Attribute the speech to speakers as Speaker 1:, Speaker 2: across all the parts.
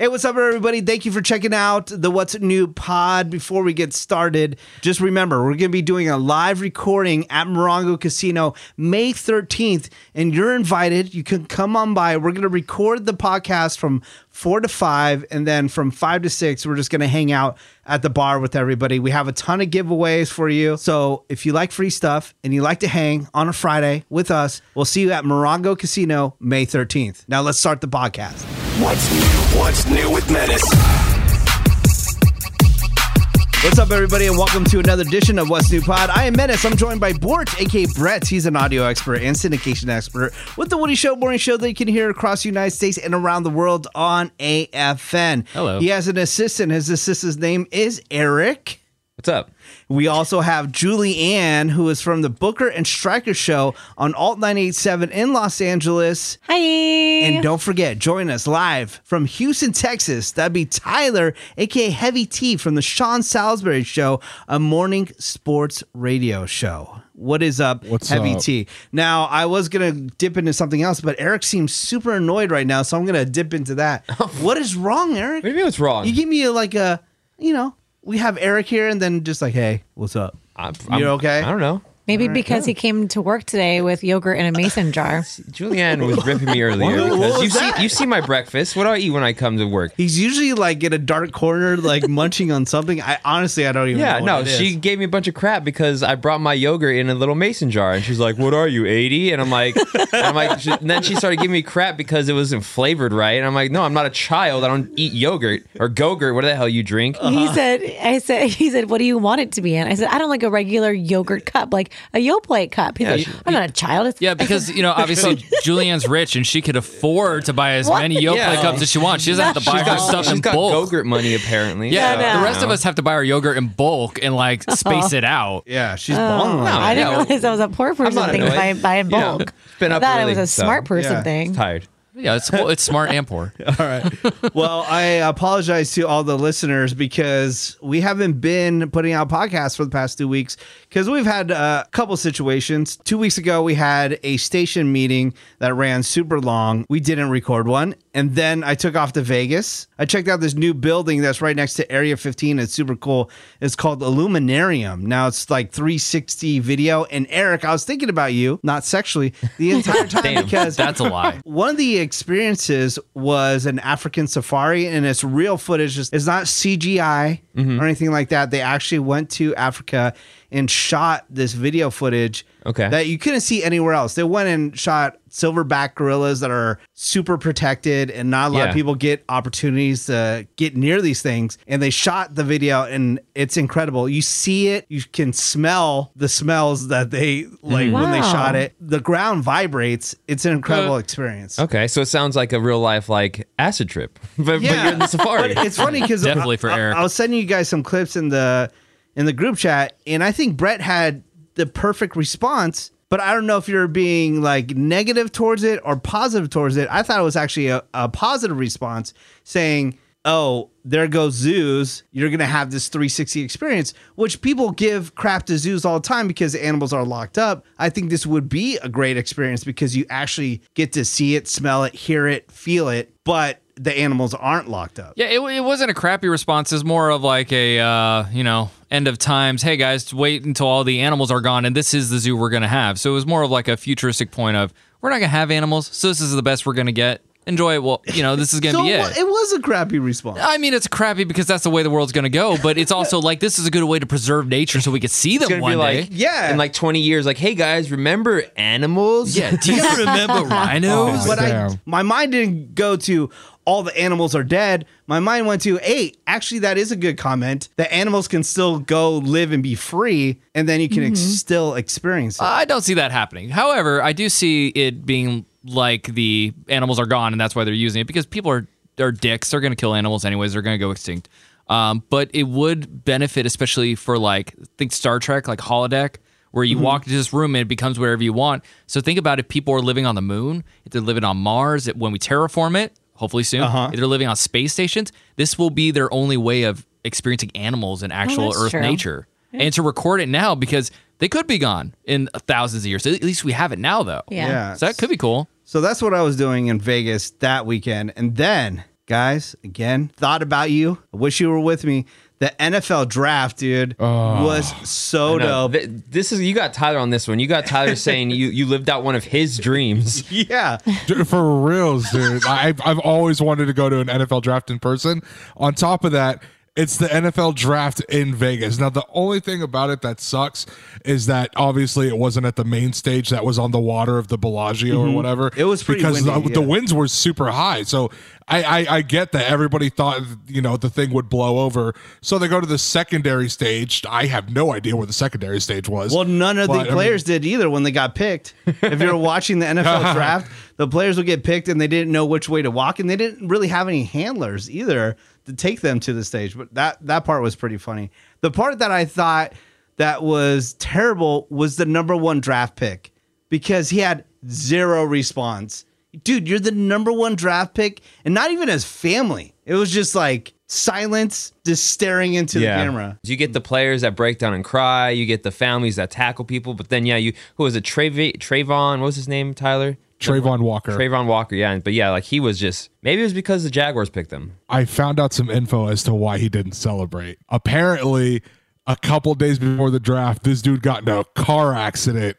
Speaker 1: Hey, what's up, everybody? Thank you for checking out the What's New pod. Before we get started, just remember we're going to be doing a live recording at Morongo Casino May 13th, and you're invited. You can come on by. We're going to record the podcast from four to five, and then from five to six, we're just going to hang out at the bar with everybody. We have a ton of giveaways for you. So if you like free stuff and you like to hang on a Friday with us, we'll see you at Morongo Casino May 13th. Now, let's start the podcast.
Speaker 2: What's new? What's new with Menace?
Speaker 1: What's up, everybody, and welcome to another edition of What's New Pod. I am Menace. I'm joined by Bort, aka Brett. He's an audio expert and syndication expert with the Woody Show Morning Show that you can hear across the United States and around the world on AFN.
Speaker 3: Hello.
Speaker 1: He has an assistant. His assistant's name is Eric.
Speaker 3: What's up?
Speaker 1: We also have Julie Ann, who is from the Booker and Striker Show on Alt 987 in Los Angeles.
Speaker 4: Hi.
Speaker 1: And don't forget, join us live from Houston, Texas. That'd be Tyler, aka Heavy T, from the Sean Salisbury Show, a morning sports radio show. What is up,
Speaker 5: What's
Speaker 1: Heavy
Speaker 5: up?
Speaker 1: T? Now, I was gonna dip into something else, but Eric seems super annoyed right now, so I'm gonna dip into that. what is wrong, Eric?
Speaker 3: Maybe it's wrong.
Speaker 1: You give me a, like a, you know, we have Eric here, and then just like, hey, what's up?
Speaker 3: I'm,
Speaker 1: You're okay?
Speaker 3: I don't know.
Speaker 4: Maybe because he came to work today with yogurt in a mason jar.
Speaker 3: Julianne was ripping me earlier
Speaker 1: What
Speaker 3: because
Speaker 1: was
Speaker 3: you
Speaker 1: that?
Speaker 3: see, you see my breakfast. What do I eat when I come to work?
Speaker 1: He's usually like in a dark corner, like munching on something. I honestly, I don't even.
Speaker 3: Yeah,
Speaker 1: know
Speaker 3: no,
Speaker 1: what it
Speaker 3: she
Speaker 1: is.
Speaker 3: gave me a bunch of crap because I brought my yogurt in a little mason jar, and she's like, "What are you, 80?" And I'm like, "I'm like," and then she started giving me crap because it wasn't flavored right, and I'm like, "No, I'm not a child. I don't eat yogurt or gogurt. What the hell you drink?"
Speaker 4: He said, I said, he said, what do you want it to be in? I said, I don't like a regular yogurt cup, like a Yoplait cup. He's
Speaker 3: Yeah,
Speaker 4: like,
Speaker 3: she-
Speaker 4: I'm not a child. It's,
Speaker 6: Yeah, because you know, obviously Julianne's rich and she could afford to buy as
Speaker 4: What?
Speaker 6: many Yoplait
Speaker 3: Yeah.
Speaker 6: cups as she wants. She doesn't have to buy
Speaker 3: She's
Speaker 6: her
Speaker 3: got,
Speaker 6: stuff
Speaker 3: she's
Speaker 6: in
Speaker 3: got
Speaker 6: bulk.
Speaker 3: gogurt money apparently.
Speaker 6: Yeah,
Speaker 3: so,
Speaker 4: no.
Speaker 6: the
Speaker 3: you
Speaker 6: rest of
Speaker 3: know.
Speaker 6: us have to buy our yogurt in bulk and like space it out.
Speaker 1: yeah, she's balling. on
Speaker 3: no,
Speaker 1: it.
Speaker 4: I didn't
Speaker 3: yeah,
Speaker 4: realize that was a poor person
Speaker 3: not
Speaker 4: thing to buy,
Speaker 3: annoyed.
Speaker 4: buy in
Speaker 3: You know,
Speaker 4: bulk.
Speaker 3: it's been
Speaker 4: I
Speaker 3: up
Speaker 4: thought
Speaker 3: early,
Speaker 4: it was a
Speaker 3: so-
Speaker 4: smart person
Speaker 1: Yeah.
Speaker 4: thing.
Speaker 3: tired.
Speaker 6: Yeah, it's well, it's smart and poor.
Speaker 1: All right. Well, I apologize to all the listeners because we haven't been putting out podcasts for the past two weeks because we've had a couple situations. Two weeks ago, we had a station meeting that ran super long. We didn't record one. And then I took off to Vegas. I checked out this new building that's right next to Area 15. It's super cool. It's called Illuminarium. Now it's like 360 video. And Eric, I was thinking about you, not sexually, the entire time
Speaker 3: Damn,
Speaker 1: because
Speaker 6: That's a lie.
Speaker 1: one of the experiences was an African safari, and it's real footage. It's it's not CGI
Speaker 3: Mm-hmm.
Speaker 1: or anything like that. They actually went to Africa and shot this video footage
Speaker 3: Okay.
Speaker 1: that you couldn't see anywhere else. They went and shot silverback gorillas that are super protected, and not a lot
Speaker 3: Yeah.
Speaker 1: of people get opportunities to get near these things. And they shot the video, and it's incredible. You see it, you can smell the smells that they like when they
Speaker 4: Wow.
Speaker 1: shot it. The ground vibrates. It's an incredible experience.
Speaker 3: Okay, so it sounds like a real life like acid trip, but, but
Speaker 1: Yeah.
Speaker 3: you're in the safari.
Speaker 1: But it's funny because
Speaker 6: Definitely for
Speaker 1: I,
Speaker 6: Eric.
Speaker 1: I, I was sending you guys some clips in the in the group chat, and I think Brett had the perfect response. But I don't know if you're being like negative towards it or positive towards it. I thought it was actually a, a positive response saying, "Oh, there goes zoos. You're gonna have this 360 experience," which people give crap to zoos all the time because animals are locked up. I think this would be a great experience because you actually get to see it, smell it, hear it, feel it, but the animals aren't locked up.
Speaker 6: Yeah, it, it wasn't a crappy response. It's more of like a uh, you know end of times. Hey guys, wait until all the animals are gone, and this is the zoo we're gonna have. So it was more of like a futuristic point of we're not gonna have animals, so this is the best we're gonna get. Enjoy it. Well, you know this is gonna
Speaker 1: So
Speaker 6: be
Speaker 1: it
Speaker 6: it.
Speaker 1: wa- it was a crappy response.
Speaker 6: I mean, it's crappy because that's the way the world's going to go, but it's also like this is a good way to preserve nature so we could see
Speaker 3: It's
Speaker 6: them
Speaker 3: gonna
Speaker 6: one
Speaker 3: be like
Speaker 6: day.
Speaker 1: Yeah.
Speaker 3: in like 20 years like hey guys remember animals
Speaker 6: Yeah, do you
Speaker 3: Oh,
Speaker 6: remember rhinos?
Speaker 1: but I,
Speaker 5: Damn.
Speaker 1: my mind didn't go to all the animals are dead. My mind went to, hey, actually, that is a good comment. The animals can still go live and be free, and then you can ex- still experience it.
Speaker 6: I don't see that happening. However, I do see it being like the animals are gone and that's why they're using it because people are are dicks. They're going to kill animals anyways. They're going to go extinct. Um, but it would benefit, especially for like think Star Trek, like holodeck, where you walk into this room and it becomes whatever you want. So think about if people are living on the moon, if they're living on Mars, if, when we terraform it, hopefully soon, if they're living on space stations, this will be their only way of experiencing animals and
Speaker 4: Oh,
Speaker 6: actual
Speaker 4: that's
Speaker 6: Earth
Speaker 4: true.
Speaker 6: nature future. and to record it now because they could be gone in thousands of years. At least we have it now, though.
Speaker 1: Yeah.
Speaker 4: Yeah.
Speaker 6: So that could be cool.
Speaker 1: So that's what I was doing in Vegas that weekend. And then guys, again, thought about you. I wish you were with me. The NFL draft, dude, was so
Speaker 3: No,
Speaker 1: dope.
Speaker 3: th- this is you got Tyler on this one. You got Tyler saying you you lived out one of his dreams.
Speaker 1: yeah.
Speaker 5: Dude, for reals, dude. I've, I've always wanted to go to an NFL draft in person. On top of that, it's the NFL draft in Vegas. Now, the only thing about it that sucks is that obviously it wasn't at the main stage that was on the water of the Bellagio or whatever.
Speaker 1: Mm-hmm. It was pretty
Speaker 5: because
Speaker 1: windy,
Speaker 5: the, the
Speaker 1: yeah.
Speaker 5: winds were super high. So I, I, I get that everybody thought, you know, the thing would blow over. So they go to the secondary stage. I have no idea where the secondary stage was.
Speaker 1: Well, none of
Speaker 5: But, I
Speaker 1: the
Speaker 5: mean-
Speaker 1: players did either when they got picked. If you're watching the NFL draft, the players would get picked and they didn't know which way to walk, and they didn't really have any handlers either to take them to the stage. But that that part was pretty funny. The part that I thought that was terrible was the number one draft pick because he had zero response. Dude, you're the number one draft pick, and not even his family. It was just like silence, just staring into the camera.
Speaker 3: You get the players that break down and cry. You get the families that tackle people. But then, yeah, you who was it? Trav- Trayvon, what was his name? Tyler
Speaker 5: Trayvon Walker.
Speaker 3: Trayvon Walker. Yeah, but yeah, like he was just maybe it was because the Jaguars picked him.
Speaker 5: I found out some info as to why he didn't celebrate. Apparently, a couple days before the draft, this dude got in a car accident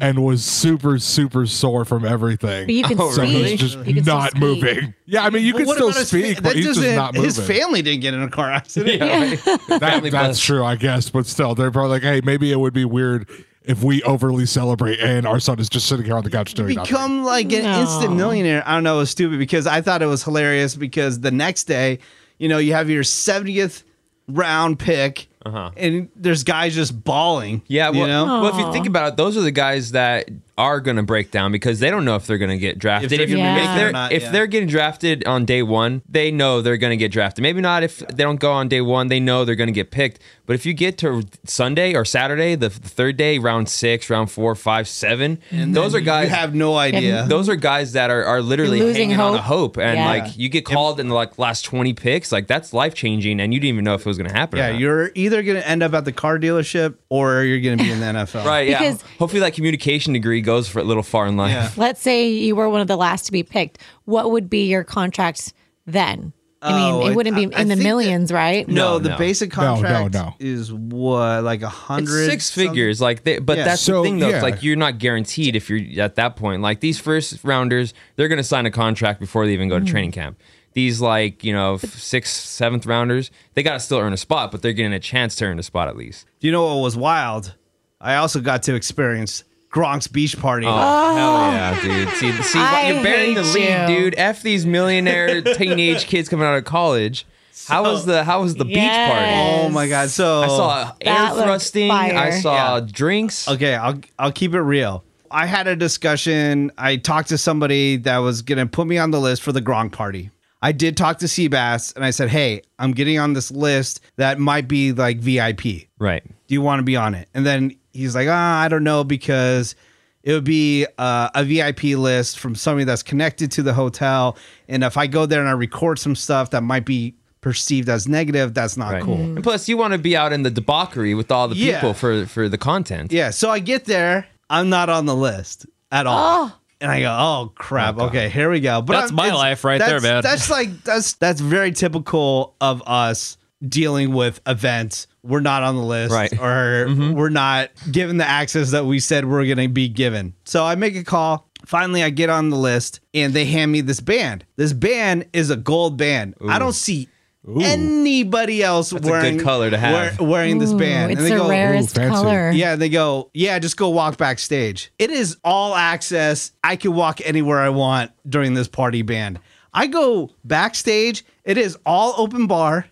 Speaker 5: and was super, super sore from everything.
Speaker 4: But you can
Speaker 5: so
Speaker 4: speak.
Speaker 5: he's just
Speaker 4: You can still
Speaker 5: not
Speaker 4: speak.
Speaker 5: moving. Yeah, I mean, you can
Speaker 1: What
Speaker 5: still
Speaker 1: about his fa-
Speaker 5: speak,
Speaker 1: that
Speaker 5: but he's just
Speaker 1: doesn't-
Speaker 5: not moving.
Speaker 1: His family didn't get in a car accident.
Speaker 5: That- that's
Speaker 3: bus.
Speaker 5: true, I guess. But still, they're probably like, hey, maybe it would be weird if we overly celebrate and our son is just sitting here on the couch doing nothing.
Speaker 1: become like an instant millionaire. I don't know. It was stupid because I thought it was hilarious because the next day, you know, you have your 70th round pick and there's guys just bawling.
Speaker 3: Uh-huh. Yeah, well,
Speaker 1: you
Speaker 5: Oh.
Speaker 1: know?
Speaker 3: well, if you think about it, those are the guys that are going to break down because they don't know if they're going to get drafted.
Speaker 1: they're
Speaker 4: gonna be
Speaker 3: if
Speaker 4: drafted
Speaker 1: or
Speaker 3: they're,
Speaker 1: not,
Speaker 3: if
Speaker 1: yeah.
Speaker 3: they're getting drafted on day one, they know they're going to get drafted. Maybe not if they don't go on day one, they know they're going to get picked. But if you get to Sunday or Saturday, the, the third day, round six, round four, five, seven, those are
Speaker 1: I
Speaker 3: guys.
Speaker 1: have no idea.
Speaker 3: those are guys that are, are literally
Speaker 4: You're losing
Speaker 3: hanging on a
Speaker 4: hope.
Speaker 3: hope, and
Speaker 4: Yeah.
Speaker 3: like you get called in the like last twenty picks, like that's life changing, and you didn't even know if it was going to happen. or
Speaker 1: yeah,
Speaker 3: not.
Speaker 1: you're either going to end up at the car dealership or you're going to be in the NFL.
Speaker 3: right. Yeah,
Speaker 4: Because-
Speaker 3: hopefully that communication degree goes for a little far in life.
Speaker 1: Yeah.
Speaker 4: Let's say you were one of the last to be picked. What would be your contract then? I mean,
Speaker 1: Oh,
Speaker 4: it wouldn't
Speaker 1: I-
Speaker 4: be
Speaker 1: I
Speaker 4: in the
Speaker 1: think that-
Speaker 4: millions, right?
Speaker 1: No,
Speaker 3: No,
Speaker 1: the
Speaker 3: no.
Speaker 1: basic
Speaker 5: no,
Speaker 1: contract
Speaker 5: no.
Speaker 1: is what, like a
Speaker 3: It's
Speaker 1: hundred?
Speaker 3: six figures, like, they, but
Speaker 1: Yeah.
Speaker 3: that's
Speaker 5: So,
Speaker 3: the thing though.
Speaker 5: yeah.
Speaker 3: It's like you're not guaranteed if you're at that point. Like these first rounders, they're gonna sign a contract before they even
Speaker 4: Mm-hmm.
Speaker 3: go to training camp. These like you know f- sixth, seventh rounders, they gotta still earn a spot, but they're getting a chance to earn a spot at least.
Speaker 1: Do you know what was wild? I also got to experience Gronk's beach party.
Speaker 3: Oh. hell yeah, dude! See, see,
Speaker 4: Oh. I
Speaker 3: you're burying the
Speaker 4: hate
Speaker 3: lead,
Speaker 4: you.
Speaker 3: dude. F these millionaire teenage kids coming out of college. how was the How was the beach party?
Speaker 1: Oh my god! So
Speaker 3: I saw
Speaker 4: That
Speaker 3: air
Speaker 4: looked
Speaker 3: thrusting. I
Speaker 4: fire.
Speaker 3: saw drinks.
Speaker 1: Okay, I'll I'll keep it real. I had a discussion. I talked to somebody that was gonna put me on the list for the Gronk party. I did talk to Seabass and I said, Hey, I'm getting on this list that might be like VIP. Do
Speaker 3: Right.
Speaker 1: you want to be on it? And then he's like, Ah, I don't know because it would be uh, a VIP list from somebody that's connected to the hotel. And if I go there and I record some stuff that might be perceived as negative, that's not
Speaker 3: Right.
Speaker 1: cool.
Speaker 4: Mm.
Speaker 3: And plus, you want to be out in the debauchery with all the
Speaker 1: Yeah.
Speaker 3: people for for the content.
Speaker 1: Yeah, so I get there, I'm not on the list at all. And I go, oh crap! okay, here we go. But
Speaker 6: That's
Speaker 1: I'm-
Speaker 6: my
Speaker 1: it's-
Speaker 6: life right there,
Speaker 1: that's-
Speaker 6: man.
Speaker 1: That's like that's that's very typical of us dealing with events. We're not on the list,
Speaker 3: Right.
Speaker 1: Or we're not given the access that we said we're going to be given. So I make a call. Finally, I get on the list, and they hand me this band. This band is a gold band. I don't see anybody else
Speaker 3: a good
Speaker 1: wearing
Speaker 3: color to have.
Speaker 1: wear- wearing this band.
Speaker 4: Ooh, it's
Speaker 1: and they
Speaker 4: the
Speaker 1: go,
Speaker 4: rarest
Speaker 5: fancy.
Speaker 4: color.
Speaker 1: yeah, they go, yeah, just go walk backstage. It is all access. I can walk anywhere I want during this party band. I go backstage. It is all open bar.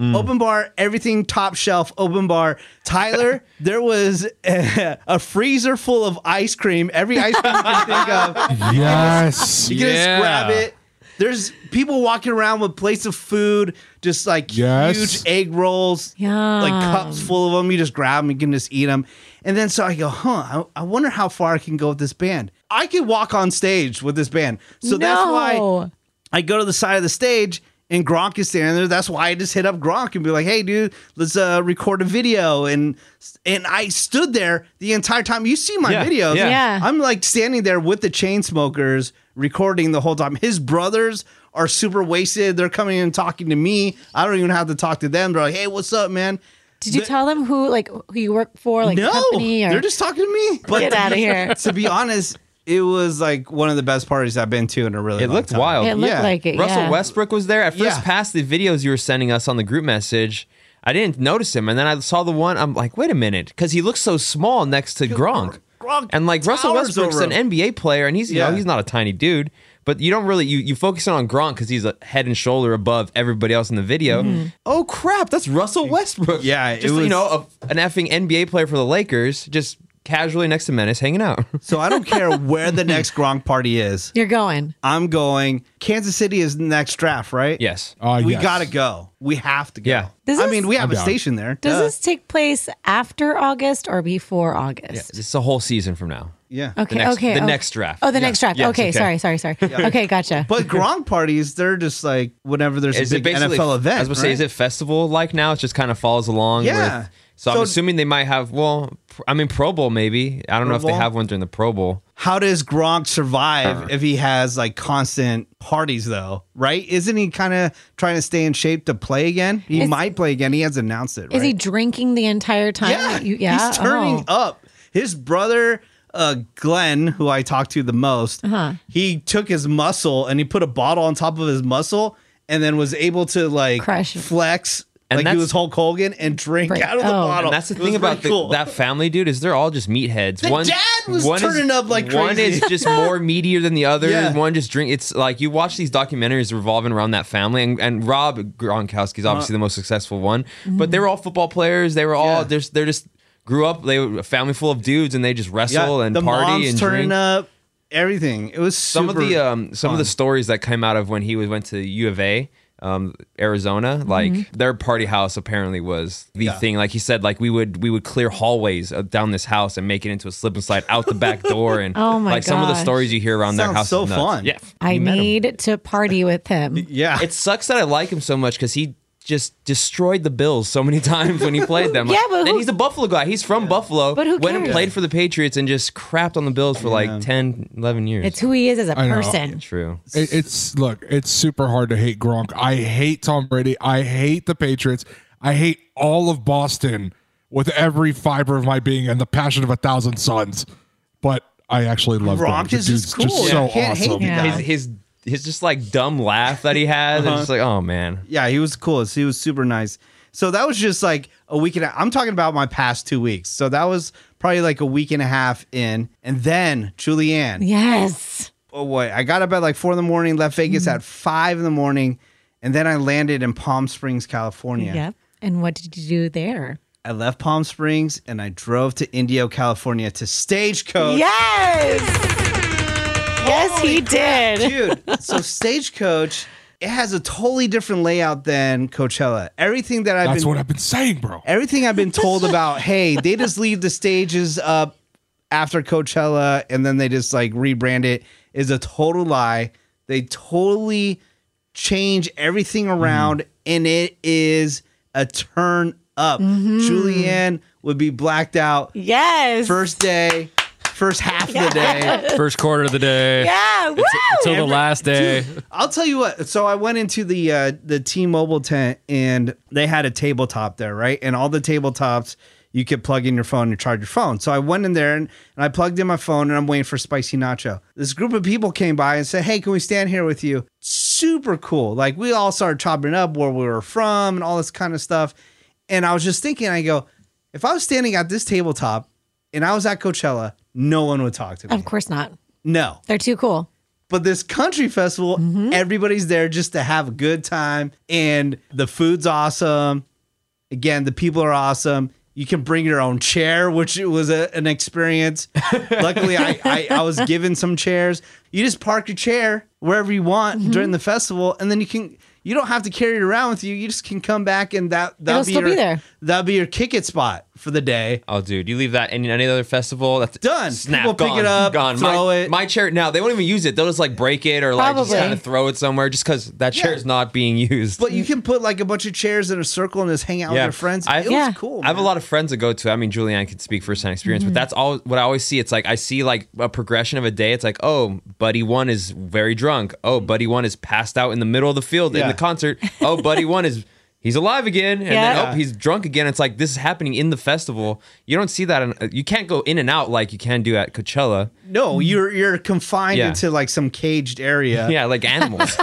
Speaker 1: Open bar, everything top shelf, open bar. Tyler, there was a, freezer full of ice cream. Every ice cream you can think of.
Speaker 5: Yes.
Speaker 1: You can
Speaker 6: Yeah.
Speaker 1: just grab it. There's people walking around with plates of food, just like
Speaker 5: Yes.
Speaker 1: huge egg rolls, like cups full of them. You just grab them, you can just eat them. And then so I go, huh, I, I wonder how far I can go with this band. I could walk on stage with this band. So that's why
Speaker 4: No.
Speaker 1: I go to the side of the stage and Gronk is standing there. That's why I just hit up Gronk and be like, "Hey, dude, let's uh, record a video." And and I stood there the entire time. You see my
Speaker 3: Yeah,
Speaker 1: videos?
Speaker 3: yeah.
Speaker 4: Yeah.
Speaker 1: I'm like standing there with the chain smokers recording the whole time. His brothers are super wasted. They're coming in and talking to me. I don't even have to talk to them. They're like, hey, what's up, man?
Speaker 4: Did you tell them who like who you work for, like
Speaker 1: No,
Speaker 4: company or
Speaker 1: they're just talking to me. But
Speaker 4: get out of here?
Speaker 1: to be honest, it was like one of the best parties I've been to in a really
Speaker 3: It
Speaker 1: long
Speaker 3: looked
Speaker 1: time.
Speaker 3: wild.
Speaker 4: It looked
Speaker 1: Yeah.
Speaker 4: like it.
Speaker 3: Russell
Speaker 4: yeah.
Speaker 3: Westbrook was there. I first
Speaker 1: Yeah.
Speaker 3: passed the videos you were sending us on the group message. I didn't notice him, and then I saw the one. I'm like, wait a minute, because he looks so small next to Gronk.
Speaker 1: Gronk
Speaker 3: and like Russell
Speaker 1: towers
Speaker 3: Westbrook's
Speaker 1: over
Speaker 3: an
Speaker 1: him.
Speaker 3: NBA player, and he's you know
Speaker 1: Yeah.
Speaker 3: he's not a tiny dude, but you don't really you you focus in on Gronk because he's a head and shoulder above everybody else in the video. Oh crap, that's Russell Westbrook.
Speaker 1: Mm-hmm. Yeah, it
Speaker 3: just
Speaker 1: was-
Speaker 3: you know a, an effing NBA player for the Lakers, just casually next to Menace hanging out.
Speaker 1: So I don't care where the next Gronk party is.
Speaker 4: You're going.
Speaker 1: I'm going. Kansas City is the next draft, right?
Speaker 3: yes.
Speaker 5: Uh,
Speaker 1: we
Speaker 5: yes.
Speaker 1: gotta go. We have to go.
Speaker 3: Yeah.
Speaker 4: Does
Speaker 1: I
Speaker 4: this-
Speaker 1: mean, we have
Speaker 5: I'm
Speaker 1: a
Speaker 5: down.
Speaker 1: station there.
Speaker 4: Does
Speaker 1: Duh.
Speaker 4: this take place after August or before August?
Speaker 3: It's a whole season from now.
Speaker 1: Yeah.
Speaker 4: Okay,
Speaker 3: next-
Speaker 4: okay.
Speaker 3: the
Speaker 4: oh.
Speaker 3: next draft.
Speaker 4: Oh, the
Speaker 3: Yeah.
Speaker 4: next draft.
Speaker 3: Yes,
Speaker 4: okay,
Speaker 3: okay.
Speaker 4: sorry, sorry, sorry. Okay, gotcha.
Speaker 1: But Gronk parties, they're just like whenever there's
Speaker 3: is
Speaker 1: a
Speaker 3: it
Speaker 1: big
Speaker 3: basically
Speaker 1: NFL event.
Speaker 3: I was gonna say,
Speaker 1: right?
Speaker 3: is it festival like now? It just kind of follows along.
Speaker 1: Yeah.
Speaker 3: With, so, I'm
Speaker 1: So-
Speaker 3: assuming they might have. Well, pr- I mean, Pro Bowl maybe. I don't know if they
Speaker 1: Bowl?
Speaker 3: have one during the Pro Bowl.
Speaker 1: How does Gronk
Speaker 3: Uh.
Speaker 1: survive if he has like constant parties though? Right? Isn't he kind of trying to stay in shape to play again? He
Speaker 4: Is-
Speaker 1: might play again. He has announced it. Right?
Speaker 4: Is he drinking the entire time?
Speaker 1: Yeah,
Speaker 4: You- yeah?
Speaker 1: he's turning
Speaker 4: Oh.
Speaker 1: up. His brother, uh, Glenn, who I talked to the most,
Speaker 4: Uh-huh.
Speaker 1: he took his muscle and he put a bottle on top of his muscle, and then was able to like
Speaker 4: Crush it.
Speaker 1: flex
Speaker 3: And
Speaker 1: like he
Speaker 3: that's-
Speaker 1: was Hulk Hogan and drink
Speaker 4: Right.
Speaker 1: out of the
Speaker 4: Oh.
Speaker 1: bottle.
Speaker 3: And that's the
Speaker 1: It was
Speaker 3: thing about
Speaker 1: pretty
Speaker 3: the,
Speaker 1: cool.
Speaker 3: that family, dude, is they're all just meatheads.
Speaker 1: The dad was turning up like
Speaker 3: One
Speaker 1: crazy.
Speaker 3: is just more meatier than the other.
Speaker 1: Yeah.
Speaker 3: One just drink. It's like you watch these documentaries revolving around that family, and, and Rob
Speaker 1: Uh-huh.
Speaker 3: Gronkowski's obviously the most successful one. But they were all football players. They were all
Speaker 1: Mm-hmm. Yeah.
Speaker 3: they're, they're just grew up. They were a family full of dudes, and they just wrestle and
Speaker 1: the
Speaker 3: party
Speaker 1: mom's
Speaker 3: and
Speaker 1: turning
Speaker 3: drink.
Speaker 1: up everything. It was
Speaker 3: some of the
Speaker 1: super
Speaker 3: um, some of the
Speaker 1: fun.
Speaker 3: stories that came out of when he was went to U of A, um, Arizona, like
Speaker 4: Mm-hmm.
Speaker 3: their party house apparently was the thing. Like he said, like we would we would clear hallways uh, down this house and make it into a slip and slide out the back door. And
Speaker 4: Oh my
Speaker 3: like some of the
Speaker 4: gosh.
Speaker 3: stories you hear around their
Speaker 1: Sounds
Speaker 3: house. is
Speaker 1: so
Speaker 3: nuts.
Speaker 1: fun.
Speaker 3: Yeah,
Speaker 4: I need to party with him.
Speaker 1: yeah.
Speaker 3: it sucks that I like him so much because he. Just destroyed the Bills so many times when he played them.
Speaker 4: Yeah,
Speaker 3: Like,
Speaker 4: but
Speaker 3: and
Speaker 4: who-
Speaker 3: he's a Buffalo guy. He's from Buffalo.
Speaker 4: But who
Speaker 3: Went and
Speaker 4: cares?
Speaker 3: played for the Patriots and just crapped on the Bills for like 10, 11 years.
Speaker 4: It's who he is as a
Speaker 5: I know.
Speaker 4: person.
Speaker 3: true.
Speaker 5: It, it's look, it's super hard to hate Gronk. I hate Tom Brady. I hate the Patriots. I hate all of Boston with every fiber of my being and the passion of a thousand suns. But I actually love
Speaker 1: Gronk
Speaker 5: Gronk. The
Speaker 1: is just
Speaker 5: dude's
Speaker 1: cool.
Speaker 5: Just
Speaker 1: Yeah,
Speaker 5: so
Speaker 1: can't hate
Speaker 5: awesome.
Speaker 1: the guy.
Speaker 3: his his his just like dumb laugh that he has.
Speaker 1: Uh-huh.
Speaker 3: and just like, oh man.
Speaker 1: yeah, he was cool. He was super nice. So that was just like a week and a, I'm talking about my past two weeks. So that was probably like a week and a half in, and then Julianne.
Speaker 4: Yes.
Speaker 1: oh boy, I got up at like four in the morning, left Vegas at five in the morning, and then I landed in Palm Springs, California.
Speaker 4: Yep. And what did you do there?
Speaker 1: I left Palm Springs and I drove to Indio, California to Stagecoach.
Speaker 4: Yes. yes, he did.
Speaker 1: Dude, so Stagecoach, it has a totally different layout than Coachella. Everything that I've
Speaker 5: That's
Speaker 1: been
Speaker 5: what I've been saying, bro.
Speaker 1: everything I've been told about, hey, they just leave the stages up after Coachella and then they just like rebrand it is a total lie. They totally change everything around and it is a turn up. Julianne would be blacked out
Speaker 4: Yes.
Speaker 1: first day, first half of the day.
Speaker 6: First quarter of the day
Speaker 4: yeah. Woo!
Speaker 6: till the last day.
Speaker 1: I'll tell you what. So I went into the uh, the T-Mobile tent and they had a tabletop there, right? And all the tabletops you could plug in your phone and charge your phone. So I went in there and, and I plugged in my phone and I'm waiting for spicy nacho. This group of people came by and said, "Hey, can we stand here with you?" Super cool. Like we all started chopping up where we were from and all this kind of stuff. And I was just thinking, I go, if I was standing at this tabletop and I was at Coachella, no one would talk to me.
Speaker 4: Of course not.
Speaker 1: No
Speaker 4: They're too cool.
Speaker 1: but this country festival,
Speaker 4: Mm-hmm.
Speaker 1: everybody's there just to have a good time, and the food's awesome. Again, the people are awesome. You can bring your own chair, which it was a, an experience. Luckily, I, I, I was given some chairs. You just park your chair wherever you want
Speaker 4: Mm-hmm.
Speaker 1: during the festival, and then you can you don't have to carry it around with you. You just can come back and that that'll
Speaker 4: It'll still be
Speaker 1: your-
Speaker 4: there.
Speaker 1: That'll be your kick it spot. for the day.
Speaker 3: Oh, dude, you leave that in any other festival? That's
Speaker 1: Done.
Speaker 3: Snap.
Speaker 1: People pick
Speaker 3: gone,
Speaker 1: it up,
Speaker 3: Gone.
Speaker 1: throw
Speaker 3: my,
Speaker 1: it.
Speaker 3: My chair. Now they won't even use it. They'll just like break it or like just
Speaker 4: Probably.
Speaker 3: kind of throw it somewhere, just because that chair
Speaker 1: Yeah.
Speaker 3: is not being used.
Speaker 1: But
Speaker 4: Mm.
Speaker 1: you can put like a bunch of chairs in a circle and just hang out with your friends.
Speaker 3: I,
Speaker 1: it
Speaker 4: Yeah.
Speaker 1: was cool.
Speaker 3: I have
Speaker 1: man.
Speaker 3: a
Speaker 1: Mm-hmm.
Speaker 3: lot of friends that go to. I mean, Julianne can speak firsthand experience, but that's all what I always see. It's like I see like a progression of a day. It's like, oh, buddy one is very drunk. Oh, buddy one is passed out in the middle of the field in
Speaker 1: Mm-hmm. Yeah.
Speaker 3: the concert. Oh, buddy one is he's alive again, and then
Speaker 4: Yeah.
Speaker 3: oh, he's drunk again. It's like this is happening in the festival. You don't see that. In, you can't go in and out like you can do at Coachella.
Speaker 1: No, you're you're confined
Speaker 3: Mm-hmm. Yeah.
Speaker 1: into like some caged area.
Speaker 3: Yeah, like animals.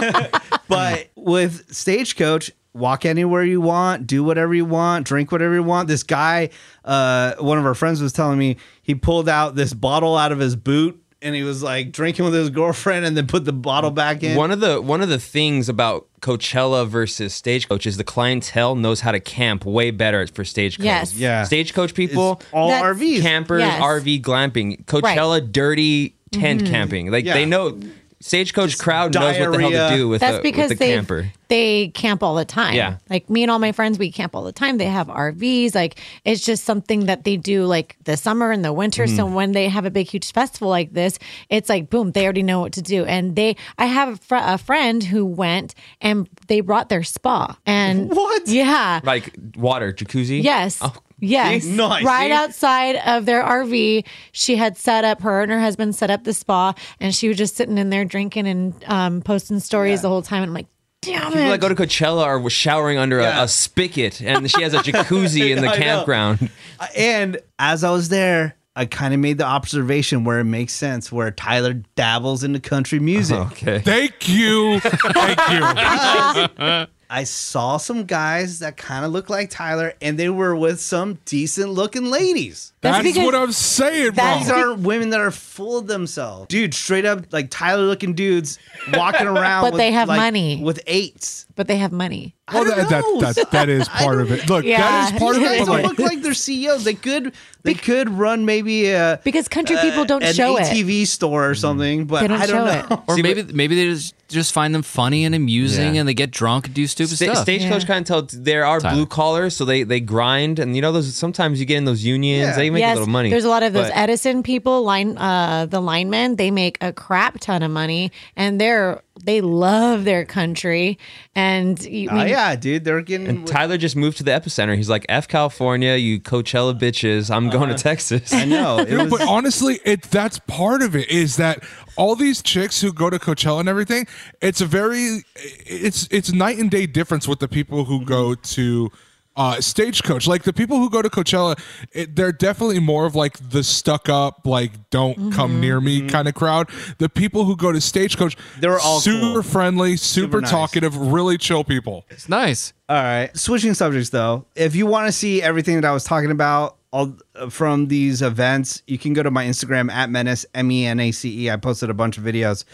Speaker 1: But with Stagecoach, walk anywhere you want, do whatever you want, drink whatever you want. This guy, uh, one of our friends was telling me he pulled out this bottle out of his boot and he was like drinking with his girlfriend and then put the bottle back in.
Speaker 3: One of the one of the things about Coachella versus Stagecoach is the clientele knows how to camp way better for Stagecoach.
Speaker 4: Yes.
Speaker 1: Yeah.
Speaker 3: Stagecoach
Speaker 1: It's
Speaker 3: people,
Speaker 1: all
Speaker 4: That's-
Speaker 1: RVs.
Speaker 3: campers,
Speaker 4: Yes. Mm-hmm.
Speaker 3: RV glamping, Coachella dirty tent camping. Like
Speaker 1: Yeah.
Speaker 3: they know Stagecoach crowd knows what the hell to
Speaker 1: diarrhea.
Speaker 3: do with
Speaker 4: That's
Speaker 3: a,
Speaker 4: because
Speaker 3: with a
Speaker 4: they
Speaker 3: camper.
Speaker 4: they camp all the time.
Speaker 3: Yeah.
Speaker 4: like me and all my friends, we camp all the time. They have RVs. Like it's just something that they do like the summer and the winter. So
Speaker 3: Mm-hmm.
Speaker 4: when they have a big huge festival like this, it's like boom, they already know what to do. And they, I have a, fr- a friend who went and they brought their spa and
Speaker 1: What?
Speaker 4: Yeah,
Speaker 3: Like water, jacuzzi.
Speaker 4: Yes. Yes.
Speaker 1: see? Nice.
Speaker 4: Right
Speaker 1: See?
Speaker 4: outside of their RV, she had set up, her and her husband set up the spa, and she was just sitting in there drinking and um, posting stories the whole time. And I'm like, damn
Speaker 3: People
Speaker 4: it.
Speaker 3: that go to Coachella are showering under a, a spigot, and she has a jacuzzi in the
Speaker 1: I know.
Speaker 3: campground.
Speaker 1: And as I was there, I kind of made the observation where it makes sense where Tyler dabbles into country music.
Speaker 3: Okay.
Speaker 5: Thank you. Thank you.
Speaker 1: I saw some guys that kind of look like Tyler and they were with some decent looking ladies.
Speaker 5: That's,
Speaker 4: because-
Speaker 5: what I'm saying,
Speaker 4: Oh.
Speaker 5: bro.
Speaker 1: These are women that are full of themselves. Dude, straight up like Tyler looking dudes walking around.
Speaker 4: But
Speaker 1: with,
Speaker 4: they have
Speaker 1: like,
Speaker 4: money.
Speaker 1: With eights.
Speaker 4: but they have money.
Speaker 5: Well, that, that, that, that is part of it. Look, that
Speaker 4: Yeah.
Speaker 5: is part of
Speaker 1: These
Speaker 5: it.
Speaker 1: guys
Speaker 5: but,
Speaker 1: don't
Speaker 5: like,
Speaker 1: look like they're CEOs. They could they could run maybe a
Speaker 4: Because country people don't
Speaker 1: an
Speaker 4: show it.
Speaker 1: ATV store or something, but
Speaker 4: They don't
Speaker 1: I don't
Speaker 4: show
Speaker 1: know.
Speaker 6: Or
Speaker 3: See,
Speaker 6: maybe maybe they just, just find them funny and amusing,
Speaker 3: Yeah.
Speaker 6: and they get drunk and do stupid
Speaker 3: Sta-
Speaker 6: stuff.
Speaker 3: Stagecoach
Speaker 4: Yeah.
Speaker 3: kind of tell there are blue collars, so they they grind, and you know those sometimes you get in those unions,
Speaker 1: Yeah.
Speaker 3: they make
Speaker 4: yes,
Speaker 3: a little money.
Speaker 4: there's a lot of those
Speaker 3: But
Speaker 4: Edison people, line uh, the linemen. They make a crap ton of money, and they're they love their country. And you, I
Speaker 1: Oh
Speaker 4: mean,
Speaker 1: yeah, dude, they're getting
Speaker 3: Tyler just moved to the epicenter. He's like, "F California, you Coachella bitches. I'm going to Texas."
Speaker 1: I know. It
Speaker 5: No,
Speaker 1: was-
Speaker 5: but honestly, it that's part of it is that all these chicks who go to Coachella and everything, it's a very it's it's night and day difference with the people who go to uh, stagecoach like the people who go to coachella it, they're definitely more of like the stuck up like don't come near me kind of crowd the people who go to stagecoach
Speaker 1: Mm-hmm. They're all
Speaker 5: super
Speaker 1: cool.
Speaker 5: friendly super,
Speaker 1: Super nice.
Speaker 5: talkative really chill people
Speaker 6: It's nice.
Speaker 1: All right. Switching subjects though. If you want to see everything that I was talking about all uh, from these events, you can go to my Instagram at menace m e n a c e. I posted a bunch of videos.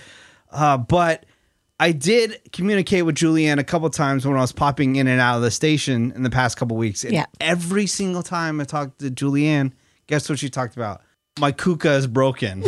Speaker 1: Uh, but I did communicate with Julianne a couple times when I was popping in and out of the station in the past couple weeks. And
Speaker 4: Yeah.
Speaker 1: every single time I talked to Julianne, guess what she talked about? My kuka is broken.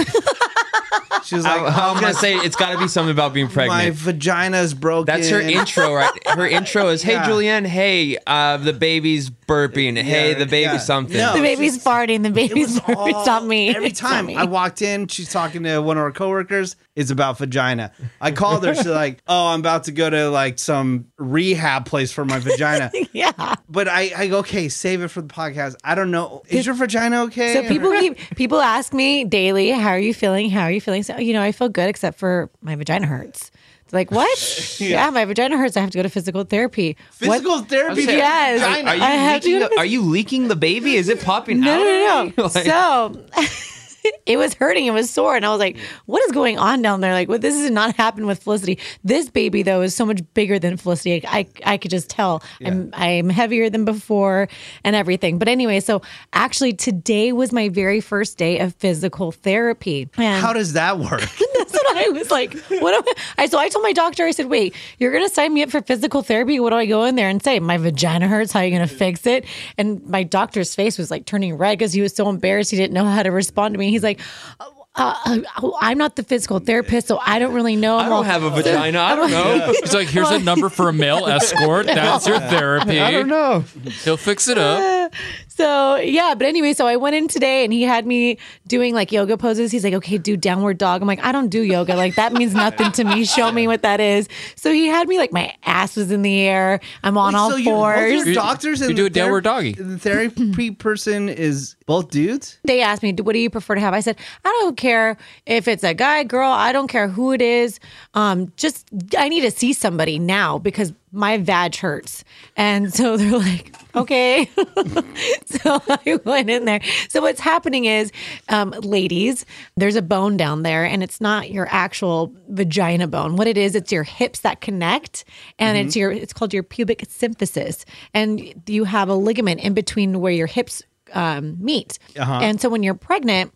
Speaker 1: she was like, "Oh
Speaker 3: I'm gonna say it's got to be something about being
Speaker 1: my
Speaker 3: pregnant.
Speaker 1: vagina is broken.
Speaker 3: That's her intro, right? Her intro is, "Hey
Speaker 1: Yeah.
Speaker 3: Julianne, hey uh, the baby's burping, hey the baby
Speaker 1: yeah.
Speaker 3: something."
Speaker 1: No.
Speaker 4: the baby's farting. The
Speaker 1: It was
Speaker 4: baby's it's not
Speaker 1: all-
Speaker 4: me.
Speaker 1: Every
Speaker 4: It's not
Speaker 1: time
Speaker 4: me.
Speaker 1: I walked in, she's talking to one of our coworkers. It's about vagina. I called her. She's like, "Oh, I'm about to go to like some rehab place for my vagina."
Speaker 4: yeah.
Speaker 1: But I, I go, "Okay, save it for the podcast." I don't know. Is your vagina okay?
Speaker 4: So people keep people ask me daily, "How are you feeling? How are you feeling?" So you know, I feel good except for my vagina hurts. It's like what? yeah. my vagina hurts. I have to go to physical therapy.
Speaker 1: physical
Speaker 4: what?
Speaker 1: therapy. for
Speaker 4: Yes.
Speaker 1: vagina.
Speaker 3: Are you,
Speaker 4: I have to
Speaker 3: leaking
Speaker 4: go
Speaker 3: the, are you leaking the baby? Is it popping out?
Speaker 4: No, no, no.
Speaker 3: Like-
Speaker 4: so it was hurting. It was sore, and I was like, "What is going on down there?" Like, well, this is not happening with Felicity. This baby though is so much bigger than Felicity. I I could just tell. I'm I'm heavier than before and everything. But anyway, so actually today was my very first day of physical therapy. And
Speaker 1: How does that work?
Speaker 4: that's what I was like. What am I? I- So I told my doctor, I said, "Wait, you're going to sign me up for physical therapy? What do I go in there and say? My vagina hurts. How are you going to fix it?" And my doctor's face was like turning red because he was so embarrassed. He didn't know how to respond to me. He's like. Uh, uh, I'm not the physical therapist, so I don't really know.
Speaker 3: I don't have a vagina. I don't know.
Speaker 6: It's like here's a number for a male escort. That's your therapy.
Speaker 3: I don't know.
Speaker 6: He'll fix it up.
Speaker 4: So yeah, but anyway, so I went in today and he had me doing like yoga poses. He's like, "Okay, do downward dog." I'm like, "I don't do yoga. Like that means nothing to me. Show me what that is." So he had me like my ass was in the air. I'm on all
Speaker 1: so you,
Speaker 4: fours.
Speaker 1: Both your doctors and
Speaker 6: you do a
Speaker 1: the thera-
Speaker 6: downward doggy.
Speaker 1: The therapy person is both dudes.
Speaker 4: they asked me, "What do you prefer to have?" I said, "I don't care if it's a guy, girl. I don't care who it is. Um, just I need to see somebody now because my vag hurts." And so they're like, "Okay." so I went in there. So what's happening is, um, ladies, there's a bone down there, and it's not your actual vagina bone. What it is, it's your hips that connect, and it's your it's called your pubic symphysis, and you have a ligament in between where your hips um, meat. And so when you're pregnant,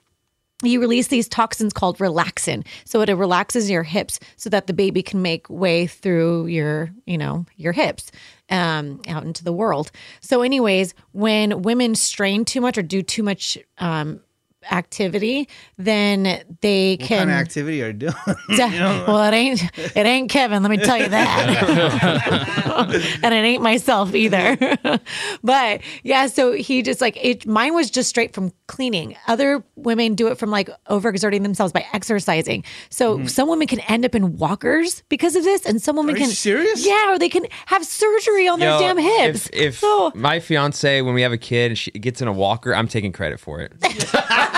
Speaker 4: you release these toxins called relaxin. So it relaxes your hips so that the baby can make way through your, you know, your hips um, out into the world. So, anyways, when women strain too much or do too much um, activity, then they
Speaker 1: What
Speaker 4: can
Speaker 1: kind of activity are you doing?
Speaker 4: well, it ain't it ain't Kevin. Let me tell you that, and it ain't myself either. but yeah, so he just like it. Mine was just straight from cleaning. Other women do it from like overexerting themselves by exercising. So some women can end up in walkers because of this, and some women
Speaker 1: Hmm. Are you
Speaker 4: can
Speaker 1: serious?
Speaker 4: Yeah, or they can have surgery on
Speaker 3: Yo,
Speaker 4: their damn hips.
Speaker 3: If, if
Speaker 4: so
Speaker 3: my fiance, when we have a kid, and she gets in a walker, I'm taking credit for it. I'm saying,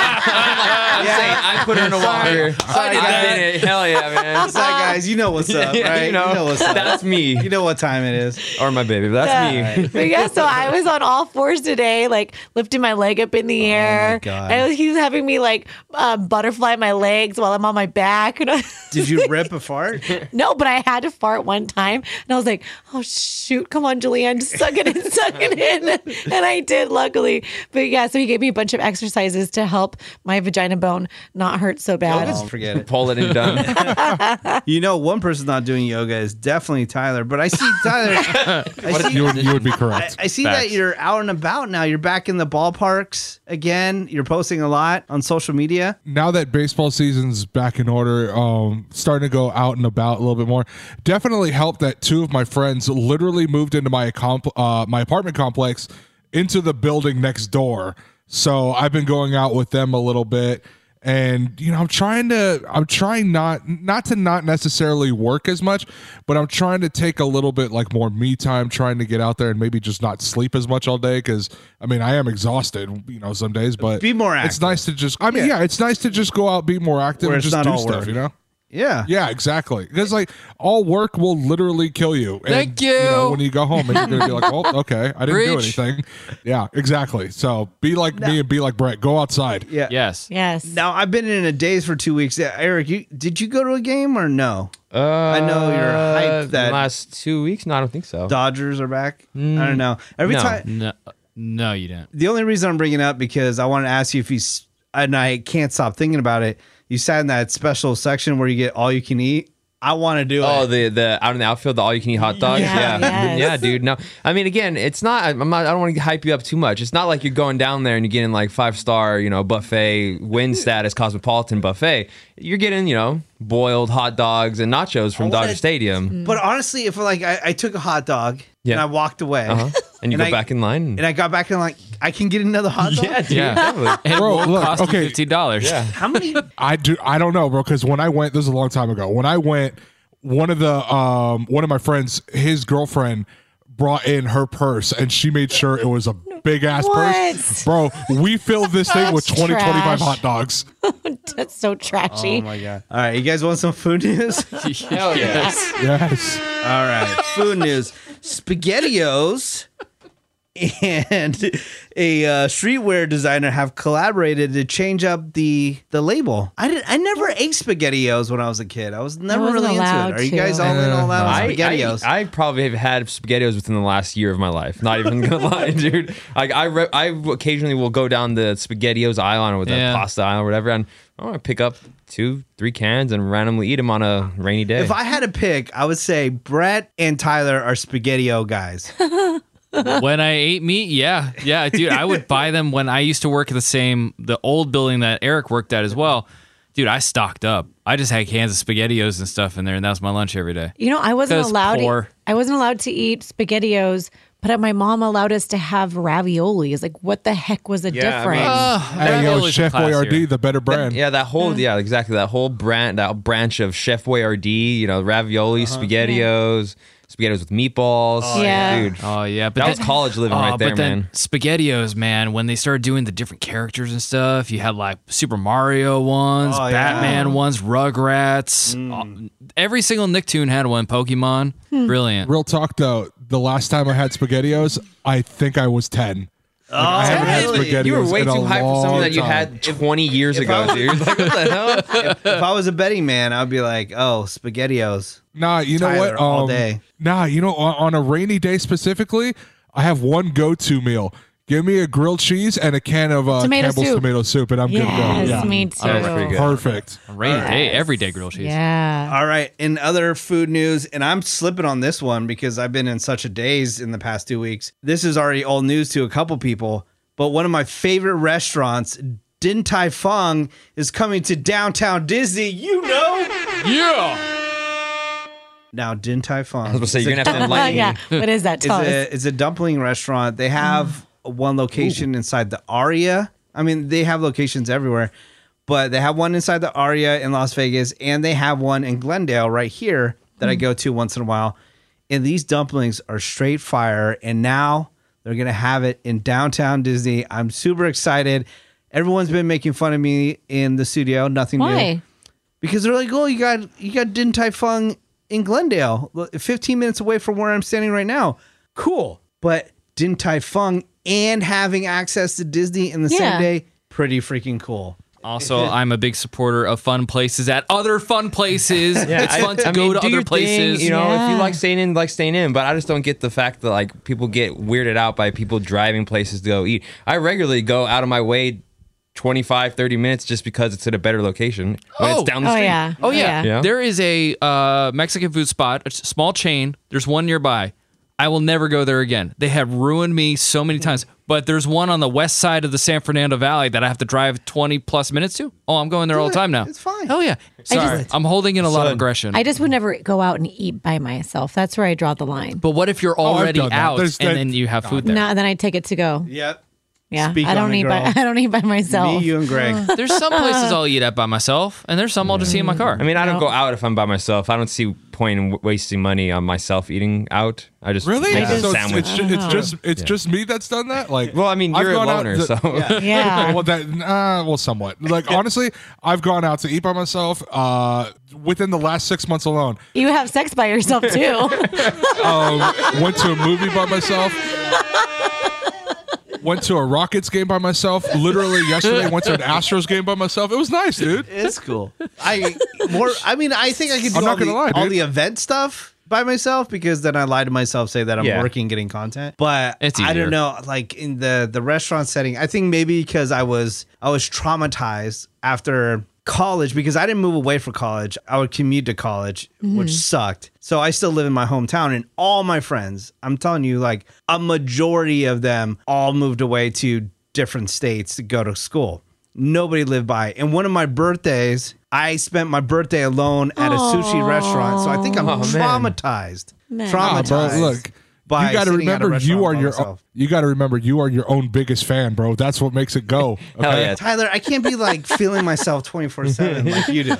Speaker 3: I put her in a walker. I did it. Hell yeah, man.
Speaker 1: Sorry, guys, you know what's up,
Speaker 3: Yeah,
Speaker 1: right?
Speaker 3: you, know,
Speaker 1: what's up.
Speaker 3: That's me.
Speaker 1: you know what time it is.
Speaker 3: or my baby. But that's me.
Speaker 4: but yeah, so I was on all fours today, like lifting my leg up in the air.
Speaker 1: Oh God.
Speaker 4: And he was having me like um, butterfly my legs while I'm on my back. And I-
Speaker 1: Did you rip a fart?
Speaker 4: no, but I had to fart one time, and I was like, "Oh shoot, come on, Julianne, just suck it in, suck it in," and I did, luckily. But yeah, so he gave me a bunch of exercises to help my vagina bone not hurt so bad.
Speaker 1: Oh, forget it.
Speaker 3: Pull it and done.
Speaker 1: You know, one person's not doing yoga is definitely Tyler, but I see Tyler. I see,
Speaker 5: You would, you would be correct.
Speaker 1: I see that
Speaker 6: Facts.
Speaker 1: you're out and about now. You're back in the ballparks again. You're posting a lot on social media.
Speaker 5: now that baseball season's back in order, um, starting to go out and about a little bit more, definitely helped that two of my friends literally moved into my comp- uh, my apartment complex into the building next door. So I've been going out with them a little bit and you know I'm trying to I'm trying not not to not necessarily work as much, but I'm trying to take a little bit like more me time, trying to get out there and maybe just not sleep as much all day cuz I mean I am exhausted, you know, some days, but
Speaker 1: Be more
Speaker 5: It's
Speaker 1: active.
Speaker 5: nice to just I mean yeah, it's nice to just go out, be more active
Speaker 1: Where
Speaker 5: and
Speaker 1: it's
Speaker 5: just
Speaker 1: not
Speaker 5: do
Speaker 1: all
Speaker 5: stuff,
Speaker 1: work.
Speaker 5: you know?
Speaker 1: Yeah.
Speaker 5: Yeah, exactly. Because like all work will literally kill you. And,
Speaker 6: Thank
Speaker 5: know,
Speaker 6: you.
Speaker 5: when you go home and you're gonna be like, Oh, okay, I didn't do
Speaker 6: Preach.
Speaker 5: anything. Yeah, exactly. So be like me and be like Brett. Go outside.
Speaker 1: Yeah.
Speaker 6: Yes.
Speaker 4: Yes.
Speaker 1: Now I've been in a daze for two weeks. Yeah, Eric, you did you go to a game or no?
Speaker 3: Uh, I
Speaker 1: know you're hyped that-
Speaker 3: Uh, last two weeks. No, I don't think so.
Speaker 1: Dodgers are back. I don't know. Every
Speaker 3: no.
Speaker 1: time
Speaker 6: No, no, you didn't.
Speaker 1: the only reason I'm bringing it up because I want to ask you if you s- and I can't stop thinking about it. You sat in that special section where you get all you can eat. I want to do
Speaker 3: Oh,
Speaker 1: it.
Speaker 3: the the out in the outfield, the all you can eat hot dogs. Yeah,
Speaker 4: Yeah,
Speaker 3: yeah,
Speaker 4: yes.
Speaker 3: dude. No, I mean, again, it's not. I'm not. I don't want to hype you up too much. It's not like you're going down there and you're getting like five star, you know, buffet win status cosmopolitan buffet. You're getting, you know, boiled hot dogs and nachos from
Speaker 1: wanna-
Speaker 3: Dodger Stadium,
Speaker 1: But honestly, if like I, I took a hot dog
Speaker 3: Yeah.
Speaker 1: and I walked away
Speaker 3: uh-huh. and
Speaker 1: And
Speaker 3: you go
Speaker 1: I-
Speaker 3: back in line.
Speaker 1: and I got back and like I can get another hot dog.
Speaker 3: yeah, dude.
Speaker 6: Yeah.
Speaker 3: definitely.
Speaker 6: And
Speaker 5: Bro,
Speaker 6: it
Speaker 5: look,
Speaker 6: cost you
Speaker 5: okay.
Speaker 6: fifteen dollars. Yeah.
Speaker 1: How many?
Speaker 5: I do. I don't know, bro. Because when I went, this is a long time ago. When I went, one of the um one of my friends, his girlfriend brought in her purse, and she made sure it was a big ass purse, bro. We filled this thing with
Speaker 4: That's
Speaker 5: 20, 25
Speaker 4: trash.
Speaker 5: hot dogs.
Speaker 4: That's so
Speaker 1: Oh
Speaker 4: trashy.
Speaker 1: god! All right, you guys want some food news?
Speaker 6: Hell yes.
Speaker 5: Yes.
Speaker 1: All right, food news: SpaghettiOs and a uh, streetwear designer have collaborated to change up the the label. I did. I never ate SpaghettiOs when I was a kid. I was never
Speaker 4: wasn't
Speaker 1: really into
Speaker 4: allowed
Speaker 1: it. Are you
Speaker 4: to.
Speaker 1: guys all in all out on
Speaker 3: Uh, I,
Speaker 1: SpaghettiOs?
Speaker 3: I, I probably have had spaghettios within the last year of my life. Not even gonna lie, dude. Like I, re- I occasionally will go down the spaghettios aisle or the
Speaker 6: Yeah.
Speaker 3: pasta aisle or whatever, and I want to pick up two, three cans and randomly eat them on a rainy day.
Speaker 1: if I had to pick, I would say Brett and Tyler are SpaghettiO guys.
Speaker 6: when I ate meat, yeah, yeah, dude, I would buy them when I used to work at the same the old building that Eric worked at as well. Dude, I stocked up. I just had cans of SpaghettiOs and stuff in there, and that was my lunch every day.
Speaker 4: You know, I wasn't
Speaker 6: Because
Speaker 4: allowed.
Speaker 6: poor.
Speaker 4: I wasn't allowed to eat SpaghettiOs, but But my mom allowed us to have ravioli. It's like, what the heck was the
Speaker 3: Yeah, I
Speaker 4: difference?
Speaker 3: mean-
Speaker 5: Hey, yo, Chef Boyardee, the better brand.
Speaker 3: Yeah, that whole yeah, exactly that whole brand that branch of Chef Boyardee, you know, ravioli, spaghettios, spaghettios with meatballs.
Speaker 4: Yeah.
Speaker 3: dude.
Speaker 6: Uh-huh. Oh yeah, but
Speaker 3: That
Speaker 6: then-
Speaker 3: was college living
Speaker 6: Oh,
Speaker 3: right there,
Speaker 6: but then
Speaker 3: man.
Speaker 6: Spaghettios, man. When they started doing the different characters and stuff, you had like Super Mario ones,
Speaker 3: Oh,
Speaker 6: Batman ones, Rugrats.
Speaker 3: Mm.
Speaker 6: Uh, Every single Nicktoon had one. Pokemon, brilliant.
Speaker 5: Real talk though, the last time I had Spaghettios, I think I was ten. Like, I
Speaker 1: Oh,
Speaker 5: haven't had Spaghettios
Speaker 3: You were way
Speaker 5: in a
Speaker 3: too high for something
Speaker 5: long
Speaker 3: that you
Speaker 5: time.
Speaker 3: had 20 years
Speaker 1: I
Speaker 3: ago,
Speaker 1: was-
Speaker 3: dude. Like, what the hell?
Speaker 1: if I was a betting man, I'd be like, oh, SpaghettiOs.
Speaker 5: Nah, you know
Speaker 1: Tyler
Speaker 5: what? Um,
Speaker 1: all day.
Speaker 5: Nah, you know, on, on a rainy day specifically, I have one go-to meal. Give me a grilled cheese and a can of uh,
Speaker 4: Tomato
Speaker 5: Campbell's
Speaker 4: soup.
Speaker 5: tomato soup, and I'm
Speaker 4: yes,
Speaker 5: good to go.
Speaker 4: me too.
Speaker 3: that's pretty good.
Speaker 5: Perfect.
Speaker 6: Rainy day, everyday grilled cheese.
Speaker 4: Yeah.
Speaker 1: All right. In other food news, and I'm slipping on this one because I've been in such a daze in the past two weeks. This is already old news to a couple people, but one of my favorite restaurants, Din Tai Fung, is coming to downtown Disney. You know.
Speaker 6: Yeah.
Speaker 1: Now, Din Tai Fung.
Speaker 3: I was gonna say, you're gonna have to enlighten me.
Speaker 4: yeah. What is that? Mm.
Speaker 1: It's
Speaker 4: Tell us.
Speaker 1: a, it's a dumpling restaurant. They have one location inside the Aria. I mean, they have locations everywhere, but they have one inside the Aria in Las Vegas, and they have one in Glendale right here that I
Speaker 4: Mm.
Speaker 1: go to once in a while. And these dumplings are straight fire. And now they're going to have it in downtown Disney. I'm super excited. Everyone's been making fun of me in the studio. Nothing new
Speaker 4: Why?
Speaker 1: because they're like, oh, you got you got Din Tai Fung in Glendale, l- 15 minutes away from where I'm standing right now. Cool, but Din Tai Fung and having access to Disney in the
Speaker 4: Yeah.
Speaker 1: same day, pretty freaking cool.
Speaker 6: Also, I'm a big supporter of fun places at other fun places. it's
Speaker 3: I-
Speaker 6: fun to
Speaker 3: I
Speaker 6: go
Speaker 3: mean,
Speaker 6: to
Speaker 3: do your
Speaker 6: other
Speaker 3: thing,
Speaker 6: places.
Speaker 3: you know, if you
Speaker 4: Yeah.
Speaker 3: like staying in, like staying in. But I just don't get the fact that like people get weirded out by people driving places to go eat. I regularly go out of my way 25, 30 minutes just because it's at a better location when
Speaker 6: Oh.
Speaker 3: it's down the
Speaker 4: Oh
Speaker 3: street.
Speaker 4: yeah.
Speaker 6: Oh yeah.
Speaker 3: Yeah.
Speaker 6: There is a uh, Mexican food spot, a s- small chain. There's one nearby. I will never go there again. They have ruined me so many
Speaker 3: Hmm.
Speaker 6: times. But there's one on the west side of the San Fernando Valley that I have to drive 20 plus minutes to. Oh, I'm going there all the
Speaker 1: Do it.
Speaker 6: time now.
Speaker 1: It's fine.
Speaker 6: Hell yeah. Sorry. I'm holding in a lot of
Speaker 3: Son.
Speaker 6: aggression.
Speaker 4: I just would never go out and eat by myself. That's where I draw the line.
Speaker 6: but what if you're
Speaker 3: Oh,
Speaker 5: I've
Speaker 6: already
Speaker 5: done that.
Speaker 6: out and
Speaker 5: There's that-
Speaker 6: then you have food there?
Speaker 4: No, then I take it to go.
Speaker 1: Yep.
Speaker 4: Yeah,
Speaker 1: Speak
Speaker 4: I
Speaker 1: on
Speaker 4: don't
Speaker 1: it,
Speaker 4: eat by
Speaker 1: girl.
Speaker 4: I don't eat by myself.
Speaker 1: Me, you, and Greg.
Speaker 6: There's some places I'll eat at by myself, and there's some I'll just eat in my car.
Speaker 3: I mean, I don't go out if I'm by myself. I don't see point in w- wasting money on myself eating out. I just
Speaker 5: Really?
Speaker 3: make a
Speaker 5: So it's,
Speaker 3: sandwich.
Speaker 5: it's, ju-
Speaker 4: Uh-huh.
Speaker 5: it's just it's just me that's done that. Like,
Speaker 3: well, I mean,
Speaker 5: I've
Speaker 3: you're a
Speaker 5: gone out
Speaker 3: loner,
Speaker 5: to-
Speaker 3: so
Speaker 4: yeah.
Speaker 5: well, that uh, well, somewhat. Like honestly, I've gone out to eat by myself uh, within the last six months alone.
Speaker 4: You have sex by yourself too.
Speaker 5: Um, went to a movie by myself. Went to a Rockets game by myself. Literally yesterday, went to an Astros game by myself. It was nice, dude.
Speaker 1: It's cool. I more. I mean, I think I could do
Speaker 5: I'm not
Speaker 1: all, the,
Speaker 5: gonna lie,
Speaker 1: all
Speaker 5: dude.
Speaker 1: the event stuff by myself because then I lie to myself, say that I'm
Speaker 3: Yeah.
Speaker 1: working, getting content. But
Speaker 6: It's
Speaker 1: I
Speaker 6: easier.
Speaker 1: don't know, like in the the restaurant setting. I think maybe because I was I was traumatized after college because I didn't move away from college. I would commute to college, which sucked. So I still live in my hometown, and all my friends, I'm telling you, like a majority of them all moved away to different states to go to school nobody lived by. And one of my birthdays, I spent my birthday alone at a sushi restaurant. So I think I'm traumatized.
Speaker 5: Ah,
Speaker 1: Traumatized.
Speaker 5: bro, look.
Speaker 1: by
Speaker 5: you got to
Speaker 1: sitting at a
Speaker 5: remember you
Speaker 1: restaurant
Speaker 5: are
Speaker 1: by
Speaker 5: your
Speaker 1: myself.
Speaker 5: you got to remember you are your own biggest fan, bro. That's what makes it go.
Speaker 3: hell yeah.
Speaker 1: Tyler, I can't be like feeling myself 24 7 like you do.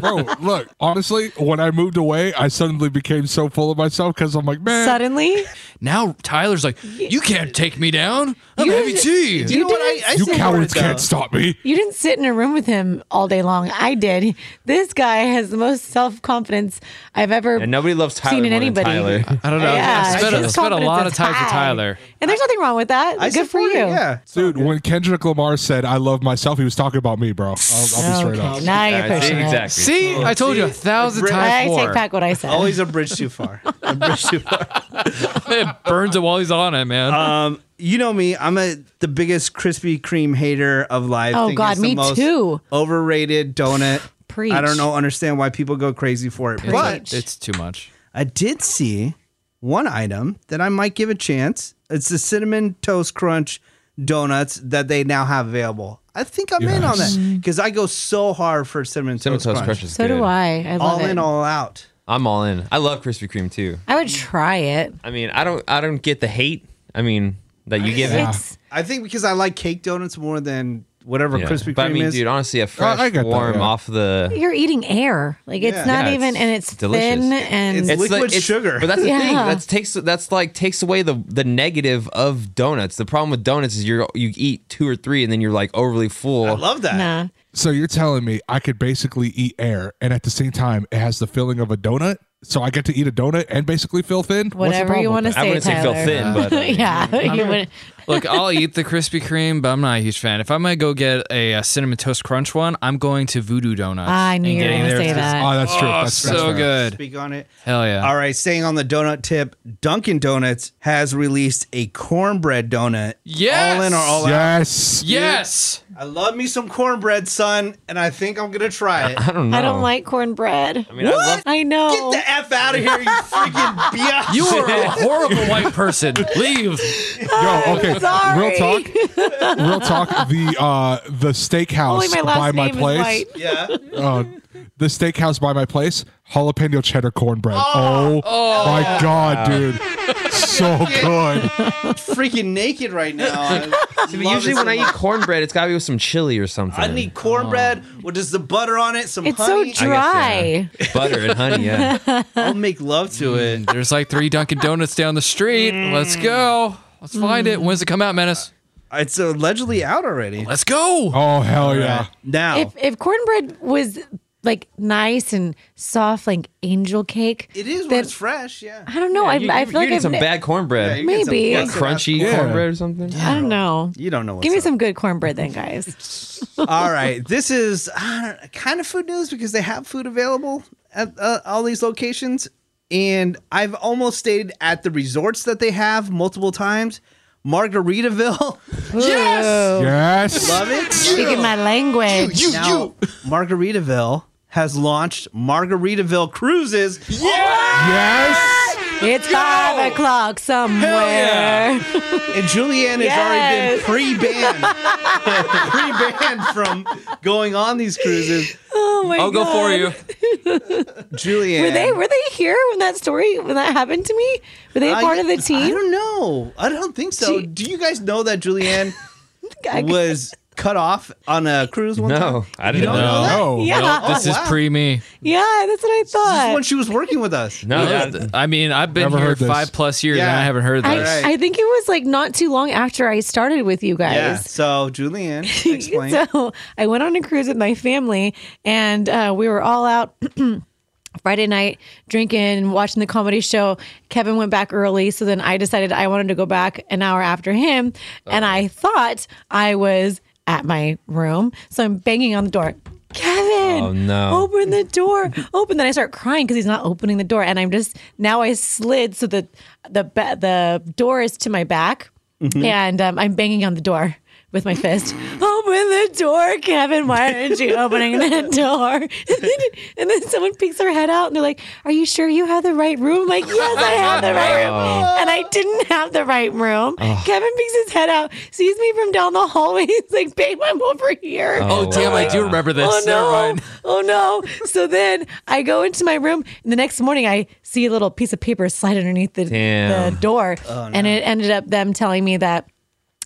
Speaker 5: bro. Look, honestly, when I moved away, I suddenly became so full of myself because I'm like, man,
Speaker 4: Suddenly,
Speaker 6: now Tyler's like, you can't take me down. I'm
Speaker 4: You-
Speaker 6: heavy tea.
Speaker 1: Do you, know what? I, I
Speaker 5: you
Speaker 1: still
Speaker 5: cowards
Speaker 1: word it,
Speaker 5: can't
Speaker 1: though.
Speaker 5: stop me.
Speaker 4: you didn't sit in a room with him all day long. I did. This guy has the most self confidence I've ever
Speaker 3: And nobody loves Tyler
Speaker 4: seen in
Speaker 3: more than
Speaker 4: anybody.
Speaker 3: Tyler.
Speaker 6: I don't know.
Speaker 4: Yeah,
Speaker 6: I spent,
Speaker 4: his
Speaker 6: I spent a
Speaker 4: confidence
Speaker 6: lot
Speaker 4: is
Speaker 6: of time
Speaker 4: high.
Speaker 6: with Tyler.
Speaker 4: and there's nothing wrong with that.
Speaker 1: I
Speaker 4: Good for
Speaker 1: support
Speaker 4: you.
Speaker 1: it, Yeah.
Speaker 5: Dude, when Kendrick Lamar said "I love myself," he was talking about me, bro. I'll, I'll be straight up.
Speaker 4: Okay, now you're
Speaker 3: Yeah, see,
Speaker 4: pushing it.
Speaker 3: exactly.
Speaker 6: See, I told you a thousand
Speaker 1: Bri-
Speaker 6: times
Speaker 4: I
Speaker 6: more.
Speaker 4: take back what I said.
Speaker 1: Always a bridge too far. A bridge too far.
Speaker 6: it burns it while he's on it, man.
Speaker 1: you know me. I'm a the biggest Krispy Kreme hater of life.
Speaker 4: Oh,
Speaker 1: Think
Speaker 4: God,
Speaker 1: it's the
Speaker 4: me
Speaker 1: most
Speaker 4: too.
Speaker 1: Overrated donut.
Speaker 4: Preach.
Speaker 1: I don't know. Understand why people go crazy for it, but
Speaker 4: Preach.
Speaker 6: it's too much.
Speaker 1: I did see one item that I might give a chance. It's the cinnamon toast crunch donuts that they now have available. I think I'm in on that because I go so hard for cinnamon,
Speaker 3: Cinnamon
Speaker 1: toast,
Speaker 3: Toast Crunch
Speaker 1: crunch.
Speaker 3: is
Speaker 4: so
Speaker 3: good.
Speaker 4: do I. I love
Speaker 1: All
Speaker 4: it.
Speaker 1: in, all out.
Speaker 3: I'm all in. I love Krispy Kreme too.
Speaker 4: I would try it.
Speaker 3: I mean, I don't I don't get the hate. I mean that you give it.
Speaker 4: It's
Speaker 1: I think because I like cake donuts more than whatever
Speaker 3: Yeah.
Speaker 1: Krispy Kreme
Speaker 3: but I mean,
Speaker 1: is. Oh,
Speaker 3: dude, honestly, a fresh,
Speaker 5: I get that,
Speaker 3: warm
Speaker 5: yeah.
Speaker 3: off the.
Speaker 4: you're eating air. Like it's
Speaker 1: Yeah.
Speaker 4: not
Speaker 3: Yeah,
Speaker 4: even,
Speaker 3: it's
Speaker 4: and it's
Speaker 3: delicious.
Speaker 4: thin, and
Speaker 1: It's-
Speaker 3: like-
Speaker 1: liquid sugar.
Speaker 3: But that's the thing.
Speaker 4: Yeah.
Speaker 3: That's takes that's like takes away the the negative of donuts. The problem with donuts is you are you eat two or three and then you're like overly full.
Speaker 1: I love that.
Speaker 4: nah.
Speaker 5: So you're telling me I could basically eat air, and at the same time, it has the filling of a donut. So I get to eat a donut and basically feel thin. What's the
Speaker 4: Whatever you
Speaker 5: problem with
Speaker 4: want to
Speaker 5: that?
Speaker 4: say.
Speaker 3: I wouldn't say feel
Speaker 4: Tyler.
Speaker 3: thin, but, uh,
Speaker 4: yeah, you wouldn't.
Speaker 6: Look, I'll eat the Krispy Kreme, but I'm not a huge fan. If I'm gonna go get a, uh cinnamon toast crunch one, I'm going to Voodoo Donuts.
Speaker 4: I knew
Speaker 6: and
Speaker 4: you were
Speaker 6: getting
Speaker 4: gonna
Speaker 6: their-
Speaker 4: say that.
Speaker 5: Oh, that's true.
Speaker 6: Oh,
Speaker 5: that's that's
Speaker 6: so
Speaker 5: fair.
Speaker 6: good.
Speaker 1: Speak on it.
Speaker 6: Hell yeah.
Speaker 1: All right, staying on the donut tip, Dunkin' Donuts has released a cornbread donut.
Speaker 6: Yes!
Speaker 1: All in or all out.
Speaker 5: Yes.
Speaker 6: Yes.
Speaker 1: I love me some cornbread, son, and I think I'm going to try it.
Speaker 3: I don't know.
Speaker 4: I don't like cornbread. I
Speaker 3: mean, I What? love-
Speaker 4: I know.
Speaker 1: Get the F out of here, you freaking biatch.
Speaker 6: You are a horrible white person. Leave.
Speaker 5: Yo, okay.
Speaker 4: sorry.
Speaker 5: Real talk. Real talk. The uh the steakhouse
Speaker 4: Only my last
Speaker 5: by my
Speaker 4: name
Speaker 5: place.
Speaker 4: is white.
Speaker 1: Yeah.
Speaker 5: Uh, the steakhouse by my place, jalapeno cheddar cornbread. Oh, my god, dude. So good.
Speaker 1: freaking naked right now. I
Speaker 3: But
Speaker 1: love
Speaker 3: usually
Speaker 1: it
Speaker 3: when
Speaker 1: so
Speaker 3: I eat
Speaker 1: much.
Speaker 3: cornbread, it's got to be with some chili or something.
Speaker 1: I need cornbread with just the butter on it, some
Speaker 4: It's
Speaker 1: honey.
Speaker 4: so dry.
Speaker 3: butter and honey. Yeah.
Speaker 1: I'll make love to it.
Speaker 6: There's like three Dunkin' Donuts down the street. Let's go. Let's find it. When's it come out, Menace?
Speaker 1: It's allegedly out already.
Speaker 6: Let's go.
Speaker 5: Oh hell yeah.
Speaker 1: Now,
Speaker 4: If if cornbread was like nice and soft, like angel cake,
Speaker 1: it is when
Speaker 4: then-
Speaker 1: it's fresh, yeah.
Speaker 4: I don't know.
Speaker 3: You-
Speaker 4: I, I
Speaker 3: you-
Speaker 4: feel
Speaker 3: you
Speaker 4: like
Speaker 3: need
Speaker 4: I've
Speaker 3: some
Speaker 4: ne-
Speaker 3: bad
Speaker 1: Yeah,
Speaker 3: cornbread.
Speaker 1: you get some-
Speaker 4: Maybe.
Speaker 1: yeah, some
Speaker 3: Crunchy
Speaker 1: apple-
Speaker 5: Yeah.
Speaker 3: cornbread or something.
Speaker 4: I don't know.
Speaker 1: You don't know what's
Speaker 4: Give me
Speaker 1: up.
Speaker 4: some good cornbread then, guys.
Speaker 1: All right, this is uh, kind of food news because they have food available at uh, all these locations, and I've almost stayed at the resorts that they have multiple times. Margaritaville,
Speaker 4: Yes.
Speaker 5: Yes.
Speaker 1: love it.
Speaker 4: Speaking my language.
Speaker 1: Now, Margaritaville has launched Margaritaville Cruises.
Speaker 5: Yes.
Speaker 4: It's five o'clock somewhere.
Speaker 1: And Julianne has
Speaker 4: Yes.
Speaker 1: already been pre-banned, pre-banned from going on these cruises.
Speaker 4: Oh my
Speaker 6: I'll go for
Speaker 4: God.
Speaker 6: you.
Speaker 1: Julianne,
Speaker 4: Were they were they here when that story when that happened to me? Were they a part of the
Speaker 1: I
Speaker 4: team?
Speaker 1: don't know. I don't think so.
Speaker 4: Gee.
Speaker 1: Do you guys know that Julianne
Speaker 4: I-
Speaker 1: was cut off on a cruise one time?
Speaker 3: No, I didn't
Speaker 1: don't
Speaker 3: know.
Speaker 1: know
Speaker 5: No.
Speaker 4: yeah,
Speaker 6: Nope, this
Speaker 1: Oh,
Speaker 6: is
Speaker 1: wow.
Speaker 6: pre me.
Speaker 4: yeah, that's what I
Speaker 1: This is when
Speaker 4: thought.
Speaker 1: she was working with us.
Speaker 3: No, that-
Speaker 6: I mean, I've been
Speaker 5: Never
Speaker 6: here
Speaker 5: heard this.
Speaker 6: five plus years and
Speaker 1: Yeah.
Speaker 6: I haven't heard
Speaker 4: I,
Speaker 6: this.
Speaker 1: Right.
Speaker 4: I think it was like not too long after I started with you
Speaker 1: Yeah.
Speaker 4: guys.
Speaker 1: So Julianne, explain.
Speaker 4: So I went on a cruise with my family, and uh, we were all out Friday night drinking and watching the comedy show. Kevin went back early, so then I decided I wanted to go back an hour after him,
Speaker 1: Oh.
Speaker 4: and I thought I was at my room, so I'm banging on the door. Kevin,
Speaker 3: Oh, no.
Speaker 4: open the door, open. Then I start crying because he's not opening the door, and I'm just now I slid so that the ba- the door is to my back, and um, I'm banging on the door with my fist. open the door, Kevin. Why aren't you opening the door? and then someone peeks their head out, and they're like, "Are you sure you have the right room?" I'm like, "Yes, I have the right room," and I didn't have the right room. Kevin peeks his head out, sees me from down the hallway. He's like, "Babe, I'm over here."
Speaker 6: Oh, damn, I do remember this.
Speaker 4: Oh
Speaker 6: Never
Speaker 4: no!
Speaker 6: mind.
Speaker 4: Oh no! So then I go into my room, and the next morning I see a little piece of paper slide underneath the,
Speaker 3: Damn.
Speaker 4: the door,
Speaker 3: Oh,
Speaker 4: and it ended up them telling me that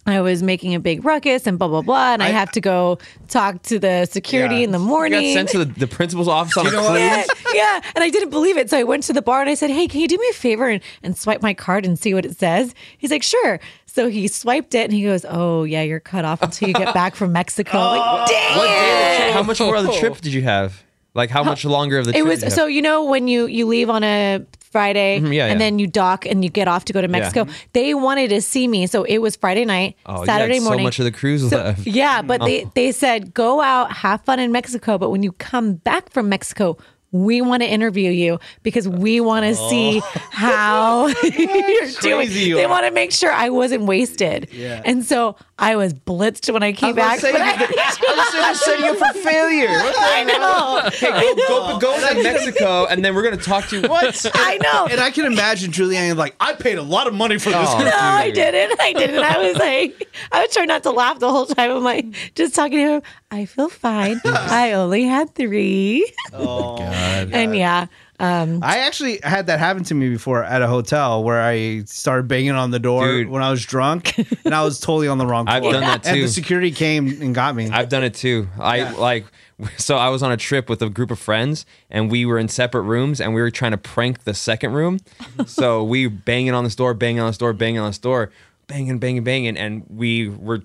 Speaker 4: I was making a big ruckus and blah blah blah, and I, have to go talk to the security
Speaker 1: Yeah.
Speaker 4: in the
Speaker 3: You
Speaker 4: morning.
Speaker 3: got sent to the, the principal's office on a
Speaker 1: know what?
Speaker 3: cruise.
Speaker 4: yeah, yeah, and I didn't believe it. So I went to the bar and I said, "Hey, can you do me a favor and, and swipe my card and see what it says?" He's like, "Sure." So he swiped it and he goes, "Oh yeah, you're cut off until you get back from Mexico." I'm like, dang
Speaker 3: What
Speaker 4: it!
Speaker 3: day did you- how much more of the trip did you have? Like how much longer of the trip?
Speaker 4: It was
Speaker 3: did you have?
Speaker 4: so you know when you you leave on a Friday
Speaker 3: Mm-hmm, yeah,
Speaker 4: and
Speaker 3: yeah.
Speaker 4: then you dock and you get off to go to Mexico. They wanted to see me, so it was Friday night,
Speaker 3: Oh, you had
Speaker 4: Saturday morning.
Speaker 3: So much of the Mm. cruise
Speaker 4: So-
Speaker 3: left.
Speaker 4: yeah, but they they said go out, have fun in Mexico, but when you come back from Mexico. We want to interview you because we want to
Speaker 3: Oh.
Speaker 4: see how you're doing.
Speaker 1: Crazy you
Speaker 4: they
Speaker 1: are.
Speaker 4: want to make sure I wasn't wasted.
Speaker 1: Yeah.
Speaker 4: And so I was blitzed when I
Speaker 1: I
Speaker 4: came
Speaker 1: was
Speaker 4: back.
Speaker 1: saying
Speaker 4: but I-
Speaker 1: that- I was saying they're setting you up for failure.
Speaker 4: I know.
Speaker 3: Hey, go, go, go to Mexico, and then we're gonna talk to you. What?
Speaker 4: I know.
Speaker 1: And I can imagine Julianne like, I paid a lot of money for this.
Speaker 3: Oh.
Speaker 1: cruise."
Speaker 4: No, I didn't. I didn't. I was like, I was trying not to laugh the whole time. I'm like, just talking to him. I feel fine. I only had three. And yeah,
Speaker 1: I actually had that happen to me before at a hotel where I started banging on the door
Speaker 3: Dude.
Speaker 1: when I was drunk and I was totally on the wrong floor.
Speaker 3: I've done that
Speaker 1: And the
Speaker 3: too.
Speaker 1: security came and got me.
Speaker 3: I've done it too. I like so I was on a trip with a group of friends and we were in separate rooms and we were trying to prank the second room. so we banging on this door, banging on this door, banging on this door, banging, banging, banging, and we were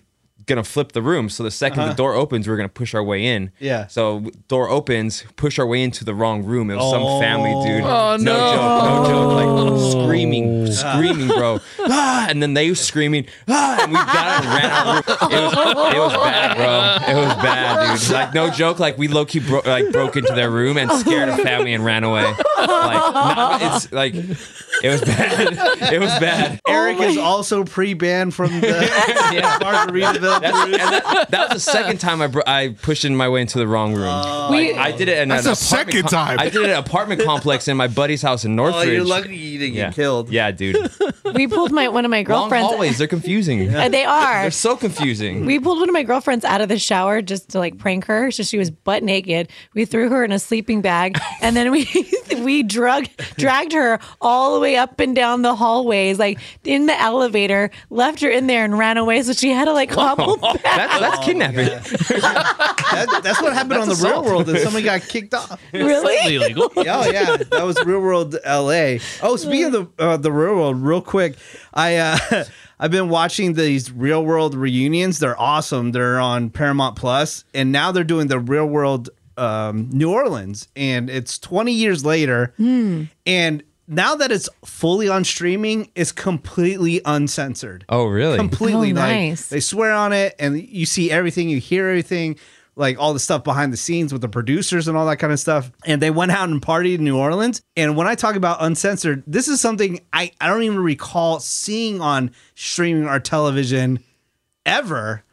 Speaker 3: gonna flip the room. So the 2nd the door opens, we are gonna push our way in.
Speaker 1: Yeah.
Speaker 3: So door opens, push our way into the wrong room. It was some family dude.
Speaker 6: Oh, no.
Speaker 3: joke, no joke,
Speaker 1: Oh.
Speaker 3: like screaming, screaming, bro. Ah, and then they were screaming, ah, and we got out and ran out of the room. It was, it was bad, bro. It was bad, dude. Like no joke, like we low key bro- like broke into their room and scared a family and ran away. Like not, it's like it was bad. It was bad.
Speaker 4: Oh
Speaker 1: Eric is also pre-banned from the
Speaker 3: Yeah.
Speaker 1: Margaritaville.
Speaker 3: That's, and that, that was the second time I bro- I pushed in my way into the wrong room.
Speaker 1: Oh.
Speaker 4: We-
Speaker 3: I did it. In
Speaker 5: That's
Speaker 3: an
Speaker 5: the
Speaker 3: apartment
Speaker 5: second time.
Speaker 3: I did it at an apartment complex in my buddy's house in
Speaker 1: oh,
Speaker 3: Northridge.
Speaker 1: you're lucky you didn't
Speaker 3: yeah.
Speaker 1: get killed.
Speaker 3: Yeah, dude.
Speaker 4: we pulled my one of my
Speaker 3: Long
Speaker 4: girlfriends.
Speaker 3: hallways. They're confusing.
Speaker 4: Uh, They are.
Speaker 3: They're so confusing.
Speaker 4: We pulled one of my girlfriends out of the shower just to like prank her. So she was butt naked. We threw her in a sleeping bag, and then we we drug dragged her all the way up and down the hallways, like in the elevator. Left her in there and ran away. So she had to like hobble back.
Speaker 3: that's that's kidnapping.
Speaker 1: That- that's what happened on the real world and somebody got kicked off.
Speaker 4: Really?
Speaker 6: Slightly illegal.
Speaker 1: Oh yeah, that was real world LA. Oh, speaking of the uh, the real world, real quick, I uh, I've been watching these real world reunions. They're awesome. They're on Paramount Plus, and now they're doing the real world um, New Orleans, and it's 20 years later, and now that it's fully on streaming, it's completely uncensored
Speaker 3: Oh really?
Speaker 1: completely
Speaker 4: Oh,
Speaker 1: like,
Speaker 4: nice.
Speaker 1: they swear on it and you see everything you hear everything like all the stuff behind the scenes with the producers and all that kind of stuff and they went out and partied in new orleans and when i talk about uncensored this is something i, I don't even recall seeing on streaming or television ever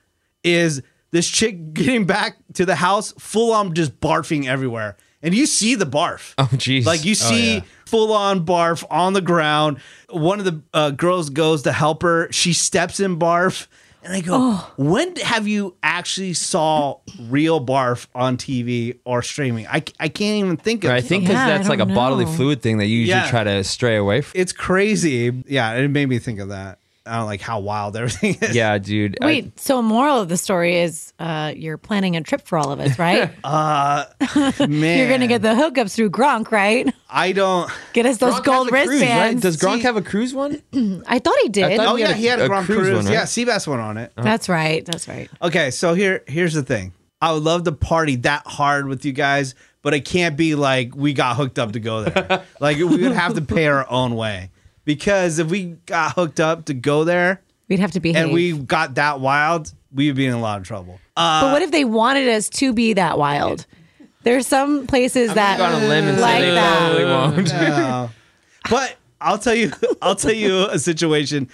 Speaker 1: is this chick getting back to the house full on just barfing everywhere and you see the barf
Speaker 3: oh jeez.
Speaker 1: like you see full on barf on the ground. One of the uh, girls goes to help her. She steps in barf, and I go,
Speaker 4: Oh.
Speaker 1: "When have you actually saw real barf on TV or streaming? I, I can't even think of.
Speaker 3: I think because
Speaker 4: Yeah, I
Speaker 3: that's like a
Speaker 4: don't
Speaker 3: bodily
Speaker 4: know.
Speaker 3: fluid thing that you usually
Speaker 1: Yeah.
Speaker 3: try to stray away from.
Speaker 1: it's crazy. Yeah, it made me think of that. I don't like how wild everything is.
Speaker 3: Yeah, dude. I-
Speaker 4: Wait. So moral of the story is uh, you're planning a trip for all of us, right?
Speaker 1: man,
Speaker 4: You're gonna get the hookups through Gronk, right?
Speaker 1: I don't.
Speaker 4: Get us those
Speaker 3: Gronk
Speaker 4: gold
Speaker 3: has a cruise, right?
Speaker 4: wristbands.
Speaker 3: Does Gronk
Speaker 1: See-
Speaker 3: have a cruise one?
Speaker 4: I thought he did.
Speaker 3: I thought
Speaker 1: Oh yeah, he had a,
Speaker 3: a
Speaker 1: Grand
Speaker 3: cruise
Speaker 1: Cruise.
Speaker 3: one, right?
Speaker 1: Yeah, Seabass went on it.
Speaker 4: That's right. That's right.
Speaker 1: Okay, so here here's the thing. I would love to party that hard with you guys, but it can't be like we got hooked up to go there. like we would have to pay our own way. Because if we got hooked up to go there
Speaker 4: We'd have to be.
Speaker 1: and we got that wild, we would be in a lot of trouble. Uh,
Speaker 4: But what if they wanted us to be that wild? There's some places that
Speaker 3: Gone on a limb and said
Speaker 4: like
Speaker 3: they
Speaker 4: that.
Speaker 3: probably won't.
Speaker 1: but I'll tell you I'll tell you a situation.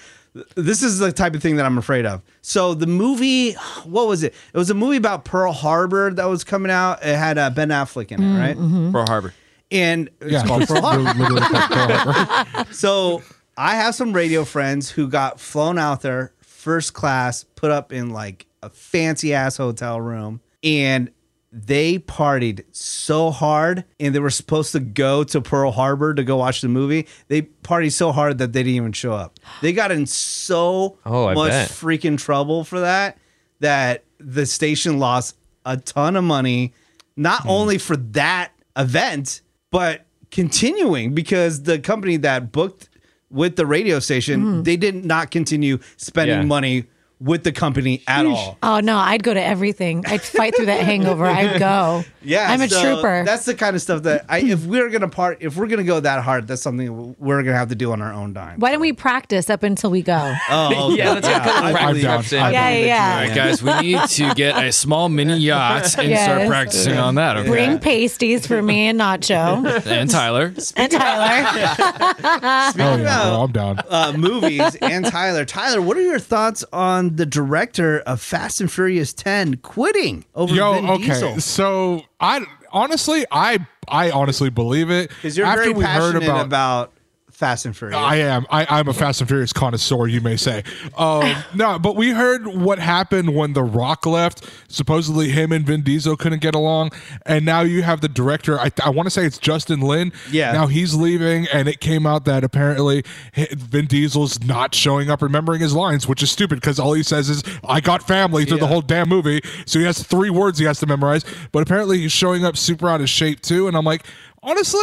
Speaker 1: This is the type of thing that I'm afraid of. So the movie, what was it? It was a movie about Pearl Harbor that was coming out. It had uh, Ben Affleck in it, right?
Speaker 4: Mm-hmm.
Speaker 3: Pearl Harbor.
Speaker 1: And it's
Speaker 5: Yeah,
Speaker 1: called
Speaker 5: it's
Speaker 1: Pearl Harbor.
Speaker 5: literally called Pearl Harbor.
Speaker 1: So I have some radio friends who got flown out there first class, put up in like a fancy ass hotel room, and they partied so hard and they were supposed to go to Pearl Harbor to go watch the movie. They partied so hard that they didn't even show up. They got in so
Speaker 3: Oh, I
Speaker 1: much
Speaker 3: bet.
Speaker 1: freaking trouble for that that the station lost a ton of money, not
Speaker 4: Hmm.
Speaker 1: only for that event, but continuing because the company that booked with the radio station,
Speaker 4: Hmm.
Speaker 1: they did not continue spending
Speaker 3: Yeah.
Speaker 1: money with the company at all.
Speaker 4: Oh no, I'd go to everything. I'd fight through that hangover. I'd go.
Speaker 1: Yeah,
Speaker 4: I'm a
Speaker 1: so
Speaker 4: trooper. Hmm.
Speaker 1: That's the kind of stuff that I, if we're gonna part, if we're gonna go that hard, that's something we're gonna have to do on our own dime.
Speaker 4: Why don't we practice up until we go?
Speaker 1: Oh, okay.
Speaker 3: Yeah, that's yeah.
Speaker 1: I
Speaker 3: kind of
Speaker 5: I'm down.
Speaker 3: practice.
Speaker 5: I'm
Speaker 4: yeah, yeah, yeah.
Speaker 6: All right, guys, we need to get a small mini yacht and start
Speaker 4: Yes.
Speaker 6: practicing on that. Okay.
Speaker 4: Bring pasties for me and Nacho
Speaker 6: And Tyler.
Speaker 4: and Tyler.
Speaker 5: Oh, yeah, bro, I'm down.
Speaker 1: uh, movies and Tyler. Tyler, what are your thoughts on the director of Fast and Furious 10 quitting over
Speaker 5: Yo,
Speaker 1: Vin
Speaker 5: okay.
Speaker 1: Diesel?
Speaker 5: So I honestly, I I honestly believe it.
Speaker 1: Because you're very passionate about, Fast and Furious.
Speaker 5: I am. I, I'm a Fast and Furious connoisseur, you may say. Um, no, but we heard what happened when The Rock left. Supposedly, him and Vin Diesel couldn't get along, and now you have the director. I, I want to say it's Justin Lin.
Speaker 1: Yeah.
Speaker 5: Now he's leaving, and it came out that apparently hi- Vin Diesel's not showing up, remembering his lines, which is stupid because all he says is "I got family" through the whole damn movie. So he has three words he has to memorize, but apparently he's showing up super out of shape too. And I'm like. Honestly,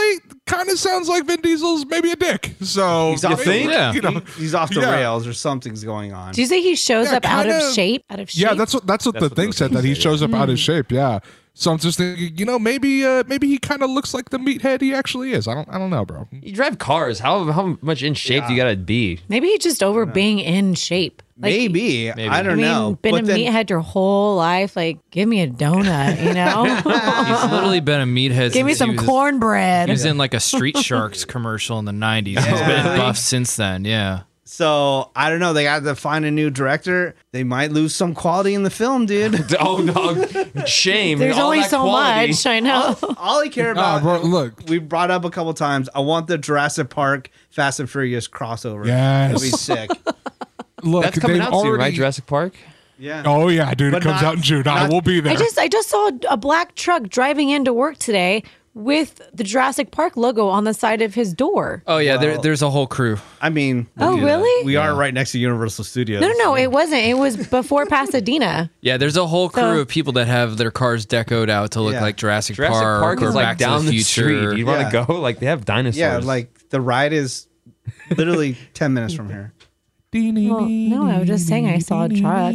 Speaker 5: kind of sounds like Vin Diesel's maybe a dick. So
Speaker 1: he's off, the,
Speaker 6: Yeah.
Speaker 1: he- he's off the
Speaker 5: Yeah.
Speaker 1: rails or something's going on.
Speaker 4: Do you say he shows
Speaker 5: Yeah,
Speaker 4: up out of
Speaker 5: kinda-
Speaker 4: shape? Out of shape.
Speaker 5: yeah, that's what that's what the
Speaker 3: what
Speaker 5: thing
Speaker 3: those
Speaker 5: said
Speaker 3: things
Speaker 5: that he
Speaker 3: say,
Speaker 5: shows up out of shape. Yeah. So I'm just thinking, you know, maybe uh, maybe he kind of looks like the meathead he actually is. I don't I don't know, bro.
Speaker 3: You drive cars. How how much in shape do you gotta be?
Speaker 4: maybe he's just over being in shape. Like,
Speaker 1: maybe. I don't
Speaker 4: I mean,
Speaker 1: know.
Speaker 4: been
Speaker 1: But
Speaker 4: a
Speaker 1: then-
Speaker 4: meathead your whole life. Like, give me a donut, you know?
Speaker 6: He's literally been a meathead.
Speaker 4: give me
Speaker 6: since
Speaker 4: some
Speaker 6: he was-
Speaker 4: cornbread.
Speaker 6: He was in like a Street Sharks commercial in the '90s. He's been buff since then. Yeah.
Speaker 1: So I don't know. They got to find a new director. They might lose some quality in the film, dude.
Speaker 3: Oh no, shame.
Speaker 4: There's
Speaker 3: All
Speaker 4: only
Speaker 3: that
Speaker 4: so
Speaker 3: quality.
Speaker 4: much. I
Speaker 1: Oh.
Speaker 4: know.
Speaker 1: All I care
Speaker 5: Ah,
Speaker 1: about.
Speaker 5: bro, look.
Speaker 1: we brought up a couple times. I want the Jurassic Park Fast and Furious crossover.
Speaker 5: Yes.
Speaker 1: That'd be sick.
Speaker 5: Look,
Speaker 3: That's coming
Speaker 5: they've
Speaker 3: out soon,
Speaker 5: already-
Speaker 3: right? Jurassic Park.
Speaker 1: Yeah.
Speaker 5: Oh yeah, dude,
Speaker 1: But
Speaker 5: it comes
Speaker 1: not-
Speaker 5: out in June. I
Speaker 1: not-
Speaker 5: will be there.
Speaker 4: I just I just saw a black truck driving into work today with the Jurassic Park logo on the side of his door.
Speaker 6: Oh yeah. there, there's a whole crew.
Speaker 1: I mean,
Speaker 4: oh,
Speaker 6: do that.
Speaker 4: really?
Speaker 1: we are right next to Universal Studios.
Speaker 4: no, no, no. It wasn't. It was before Pasadena.
Speaker 6: Yeah, there's a whole crew
Speaker 4: So-
Speaker 6: of people that have their cars decoed out to look
Speaker 1: Yeah.
Speaker 6: like Jurassic,
Speaker 3: Jurassic Park,
Speaker 6: or
Speaker 3: is like
Speaker 6: Back
Speaker 3: down
Speaker 6: to
Speaker 3: the,
Speaker 6: the,
Speaker 3: street.
Speaker 6: Future.
Speaker 3: Do You want to
Speaker 1: Yeah.
Speaker 3: go? Like they have dinosaurs.
Speaker 1: Yeah, like the ride is literally 10 minutes from here.
Speaker 4: Well, no, I was just saying I saw a truck.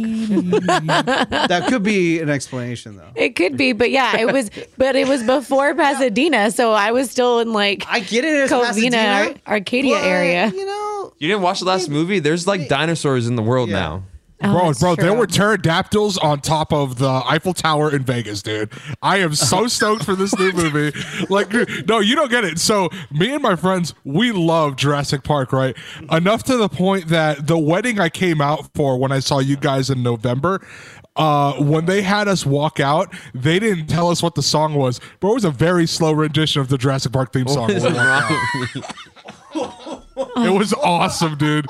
Speaker 1: That could be an explanation, though.
Speaker 4: It could be, but yeah, it was. But it was before Pasadena, so I was still in like
Speaker 1: I get it. It's
Speaker 4: Covina,
Speaker 1: Pasadena,
Speaker 4: Ar- Arcadia
Speaker 1: but,
Speaker 4: area.
Speaker 1: You know,
Speaker 3: you didn't watch the last movie. There's like dinosaurs in the world
Speaker 1: Yeah.
Speaker 3: now.
Speaker 4: Oh,
Speaker 5: bro,
Speaker 4: that's
Speaker 5: bro, there
Speaker 4: true.
Speaker 5: were pterodactyls on top of the Eiffel Tower in Vegas, dude. I am
Speaker 4: Uh-huh.
Speaker 5: so stoked for this new movie. Like, dude, no, you don't get it. So, me and my friends, we love Jurassic Park, right? Enough to the point that the wedding I came out for when I saw you guys in November. Uh, when they had us walk out, they didn't tell us what the song was, but it was a very slow rendition of the Jurassic Park theme song.
Speaker 3: What is wrong with you?
Speaker 5: It was awesome, dude.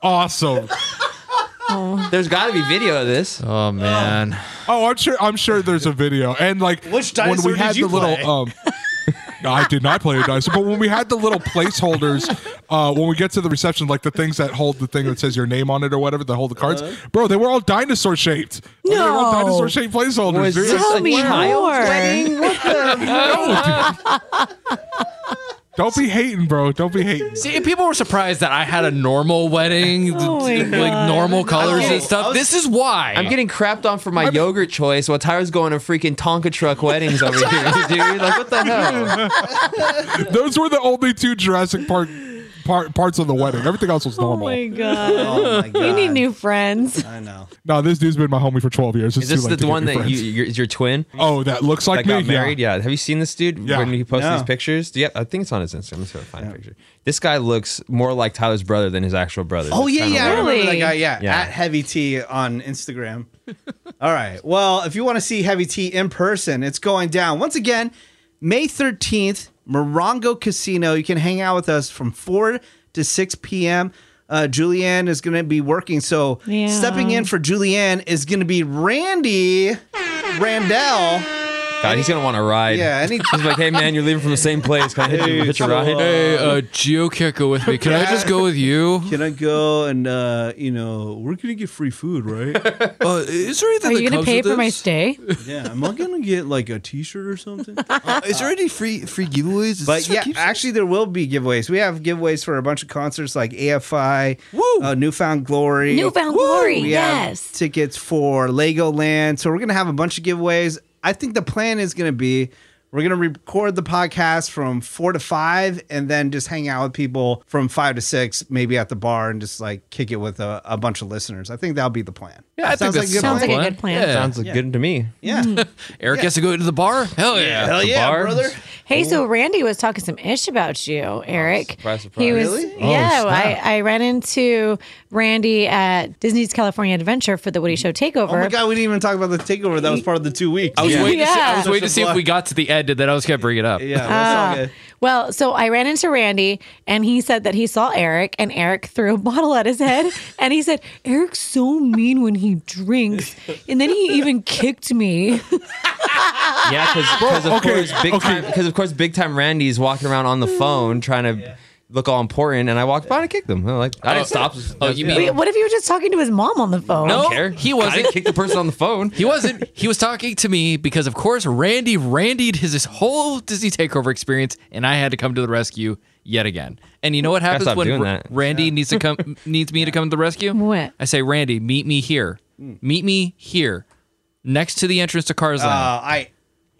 Speaker 5: Awesome.
Speaker 3: There's got to be video of this.
Speaker 6: Oh man.
Speaker 5: Oh, I'm sure. I'm sure there's a video. And like
Speaker 1: Which dinosaur did you play?
Speaker 5: little um. I did not play a dinosaur, but when we had the little placeholders, uh, when we get to the reception, like the things that hold the thing that says your name on it or whatever, that hold the
Speaker 3: Uh-huh.
Speaker 5: cards, bro, they were all dinosaur shaped. they were all
Speaker 4: No.
Speaker 5: dinosaur shaped placeholders.
Speaker 3: Was
Speaker 5: dude.
Speaker 3: this
Speaker 4: Tell
Speaker 3: a
Speaker 4: me
Speaker 3: child's
Speaker 4: more.
Speaker 5: Don't be hating, bro. Don't be hating.
Speaker 6: See, people were surprised that I had a normal wedding,
Speaker 4: Oh my
Speaker 6: like
Speaker 4: God.
Speaker 6: normal colors
Speaker 1: getting-
Speaker 6: and stuff. this is why
Speaker 3: I'm getting crapped on for my yogurt choice while Tyra's going to freaking Tonka truck weddings over here, dude. Like, what the hell?
Speaker 5: Those were the only two Jurassic Park part, parts of the wedding. Everything else was
Speaker 4: Oh
Speaker 5: normal.
Speaker 4: my god,
Speaker 1: Oh, my God.
Speaker 4: we need new friends.
Speaker 1: I know.
Speaker 5: no, this dude's been my homie for 12 years. It's
Speaker 3: Is this
Speaker 5: too late
Speaker 3: the
Speaker 5: to get
Speaker 3: one
Speaker 5: new
Speaker 3: that you,
Speaker 5: friends.
Speaker 3: your, is your twin
Speaker 5: Oh, that looks
Speaker 3: that
Speaker 5: like me.
Speaker 3: got
Speaker 5: Yeah.
Speaker 3: married? Yeah. Have you seen this dude
Speaker 5: Yeah.
Speaker 3: when he posted
Speaker 1: No.
Speaker 3: these pictures? Yeah, I think it's on his Instagram. Let's see if I find a picture. This guy looks more like Tyler's brother than his actual brother.
Speaker 1: Oh
Speaker 3: It's
Speaker 1: yeah,
Speaker 3: kinda
Speaker 1: yeah, I
Speaker 3: weird.
Speaker 1: remember that
Speaker 4: Really?
Speaker 1: guy. Yeah,
Speaker 3: Yeah.
Speaker 1: at Heavy T on Instagram. All right. Well, if you want to see Heavy T in person, it's going down once again, May thirteenth, Morongo Casino. You can hang out with us from four to six p.m. Uh, Julianne is going to be working, so
Speaker 4: Yeah.
Speaker 1: stepping in for Julianne is going to be Randy Randell.
Speaker 3: God, he's gonna want to ride.
Speaker 1: Yeah, any
Speaker 3: He's like, hey man, you're leaving from the same place. Can I hit you hit your ride?
Speaker 6: Hey, uh, Geo Kicker with me. Can I just go with you?
Speaker 1: can I go and uh, you know we're going to get free food, right?
Speaker 6: Uh, is there anything?
Speaker 4: Are you gonna pay for my stay?
Speaker 1: yeah, am I going to get like a T-shirt or something?
Speaker 7: Is there any free free giveaways? Is
Speaker 1: But
Speaker 7: this what
Speaker 1: yeah,
Speaker 7: keeps-
Speaker 1: actually, there will be giveaways. We have giveaways for a bunch of concerts like AFI, Uh, Newfound Glory,
Speaker 4: Newfound glory,
Speaker 1: We have
Speaker 4: yes.
Speaker 1: tickets for Legoland. So we're gonna have a bunch of giveaways. I think the plan is gonna be we're gonna record the podcast from four to five, and then just hang out with people from five to six, maybe at the bar, and just like kick it with a, a bunch of listeners. I think that'll be the plan.
Speaker 6: Yeah, I think
Speaker 1: sounds like
Speaker 6: that
Speaker 1: a good
Speaker 4: sounds
Speaker 1: plan.
Speaker 4: like a good plan.
Speaker 6: Yeah.
Speaker 3: Sounds good to me.
Speaker 1: yeah,
Speaker 6: Eric has to go to the bar. Hell yeah!
Speaker 1: hell
Speaker 3: The
Speaker 1: yeah,
Speaker 3: bar?
Speaker 1: brother.
Speaker 4: Hey, so Randy was talking some ish about you, Eric.
Speaker 3: surprise, surprise.
Speaker 4: He was,
Speaker 1: Really?
Speaker 4: yeah.
Speaker 5: Oh, snap.
Speaker 4: I, I ran into Randy at Disney's California Adventure for the Woody Show Takeover.
Speaker 1: Oh my god, we didn't even talk about the takeover. That was part of the two weeks.
Speaker 6: I was
Speaker 1: yeah.
Speaker 6: waiting. To see, I
Speaker 4: Yeah.
Speaker 6: was waiting to see if we got to the end, and then I was gonna bring it up.
Speaker 1: Yeah, that's all good.
Speaker 4: Well, so I ran into Randy and he said that he saw Eric and Eric threw a bottle at his head and he said, Eric's so mean when he drinks. And then he even kicked me.
Speaker 3: Yeah, because of
Speaker 5: okay,
Speaker 3: course big
Speaker 5: okay.
Speaker 3: time because of course big time Randy's walking around on the phone trying to look all important, and I walked by and I kicked him. I, like I didn't stop.
Speaker 6: oh,
Speaker 3: Yeah.
Speaker 6: you mean-
Speaker 4: Wait, what if you were just talking to his mom on the phone?
Speaker 3: I
Speaker 6: No.
Speaker 3: don't care.
Speaker 6: He
Speaker 3: I didn't
Speaker 6: wasn't.
Speaker 3: kick the person on the phone.
Speaker 6: He wasn't. He was talking to me because, of course, Randy randied his, his whole Disney takeover experience, and I had to come to the rescue yet again. And you know what happens
Speaker 3: stop
Speaker 6: when
Speaker 3: doing
Speaker 6: Ra-
Speaker 3: that.
Speaker 6: Randy needs to come needs me to come to the rescue?
Speaker 4: What?
Speaker 6: I say, Randy, meet me here.
Speaker 3: Hmm.
Speaker 6: Meet me here, next to the entrance to Cars Land.
Speaker 1: Uh, I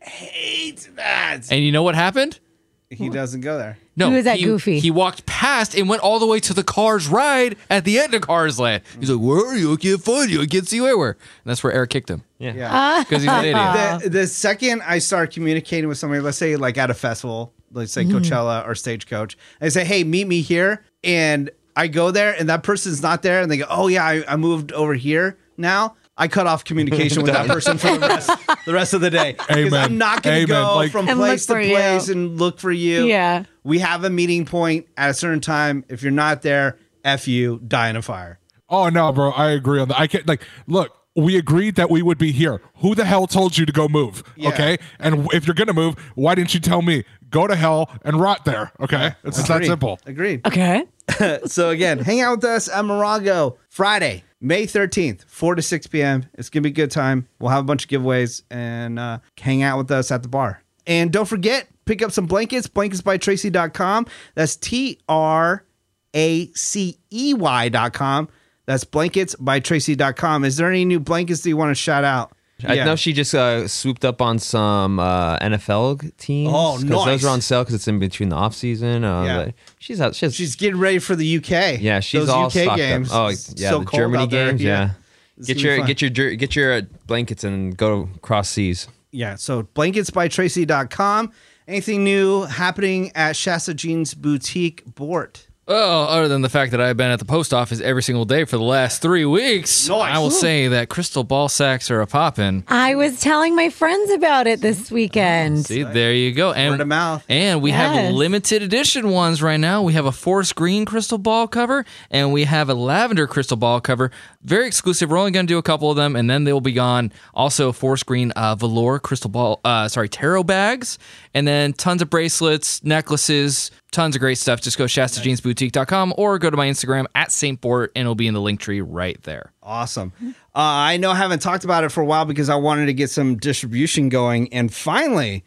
Speaker 1: hate
Speaker 3: Ah.
Speaker 1: that.
Speaker 6: and you know what happened?
Speaker 1: He doesn't go there.
Speaker 6: No,
Speaker 4: He was that goofy.
Speaker 6: He walked past and went all the way to the Cars ride at the end of Cars Land. He's like, "Where are you? I can't find you. I can't see where you were." And that's where Eric kicked him
Speaker 1: Yeah.
Speaker 6: because he's an idiot.
Speaker 4: Uh,
Speaker 1: the, the second I start communicating with somebody, let's say like at a festival, let's say
Speaker 4: Mm-hmm.
Speaker 1: Coachella or Stagecoach, I say, "Hey, meet me here," and I go there, and that person's not there, and they go, "Oh yeah, I, I moved over here now." I cut off communication with that person for the rest, the rest of the day because
Speaker 5: Amen.
Speaker 1: I'm not going to
Speaker 5: Amen.
Speaker 1: go
Speaker 5: Like-
Speaker 1: from
Speaker 4: And look
Speaker 1: place to
Speaker 4: for you.
Speaker 1: place and look for you.
Speaker 4: Yeah.
Speaker 1: we have a meeting point at a certain time. If you're not there, f you, die in a fire.
Speaker 5: Oh no, bro, I agree on that. I can't like look. We agreed that we would be here. Who the hell told you to go move?
Speaker 1: Yeah.
Speaker 5: Okay, and w- if you're gonna move, why didn't you tell me? Go to hell and rot there. Okay, it's just that
Speaker 1: Agreed.
Speaker 5: simple.
Speaker 1: Agreed.
Speaker 4: Okay.
Speaker 1: So again, hang out with us at Morongo Friday, May 13th, 4 to 6 p.m. It's going to be a good time. We'll have a bunch of giveaways and uh, hang out with us at the bar. And don't forget, pick up some blankets, blanketsbytracy.com. That's T R A C E Y.com. That's blanketsbytracy.com. Is there any new blankets that you want to shout out?
Speaker 3: I know she just uh, swooped up on some uh, NFL teams.
Speaker 1: Oh,
Speaker 3: 'cause
Speaker 1: nice.
Speaker 3: Those are on sale because it's in between the off season. Uh,
Speaker 1: Yeah.
Speaker 3: but She's out. She's,
Speaker 1: She's getting ready for the UK.
Speaker 3: yeah. She's
Speaker 1: Those
Speaker 3: all
Speaker 1: UK
Speaker 3: stocked
Speaker 1: games.
Speaker 3: Up. Oh
Speaker 1: It's
Speaker 3: yeah,
Speaker 1: so
Speaker 3: the
Speaker 1: cold
Speaker 3: Germany
Speaker 1: out there.
Speaker 3: games. Yeah.
Speaker 1: It's
Speaker 3: Get
Speaker 1: gonna be
Speaker 3: your
Speaker 1: fun.
Speaker 3: get your jer- get your uh, blankets and go cross seas.
Speaker 1: Yeah, so blanketsbytracy.com. Anything new happening at Shasta Jeans Boutique Bort?
Speaker 6: Well, other than the fact that I've been at the post office every single day for the last three weeks,
Speaker 1: Nice.
Speaker 6: I will say that crystal ball sacks are a poppin'.
Speaker 4: I was telling my friends about it this weekend.
Speaker 6: See, there you go. And,
Speaker 1: Word of mouth.
Speaker 6: And we have
Speaker 4: Yes.
Speaker 6: limited edition ones right now. We have a forest green crystal ball cover and we have a lavender crystal ball cover. Very exclusive. We're only going to do a couple of them and then they'll be gone. Also, forest green uh, velour crystal ball, uh, sorry, tarot bags. And then tons of bracelets, necklaces, tons of great stuff. Just go shastajeansboutique.com or go to my Instagram at St. Bort and it'll be in the link tree right there.
Speaker 1: Awesome. Uh, I know I haven't talked about it for a while because I wanted to get some distribution going. And finally,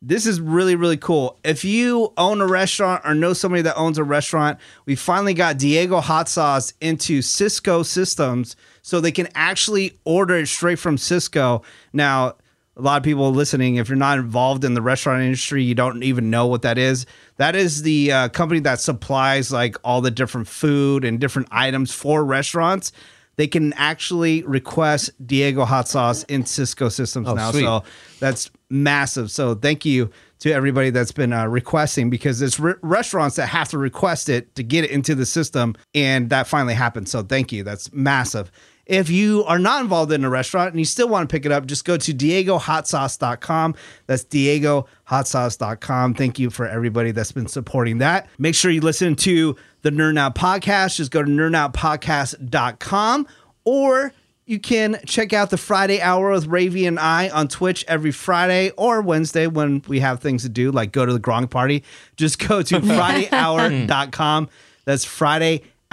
Speaker 1: this is really, really cool. If you own a restaurant or know somebody that owns a restaurant, we finally got Diego Hot Sauce into Cisco systems so they can actually order it straight from Cisco. Now, a lot of people listening, if you're not involved in the restaurant industry, you don't even know what that is. That is the uh, company that supplies like all the different food and different items for restaurants. They can actually request Diego hot sauce in Cisco systems now.
Speaker 3: sweet.
Speaker 1: So that's massive. So thank you to everybody that's been uh, requesting because there's re- restaurants that have to request it to get it into the system, and that finally happened. So thank you. That's massive. If you are not involved in a restaurant and you still want to pick it up, just go to diegohotsauce.com. That's diegohotsauce.com. Thank you for everybody that's been supporting that. Make sure you listen to the Nerd Out Podcast. Just go to nerdoutpodcast.com or you can check out the Friday Hour with Ravy and I on Twitch every Friday or Wednesday when we have things to do, like go to the Gronk Party. Just go to FridayHour.com. That's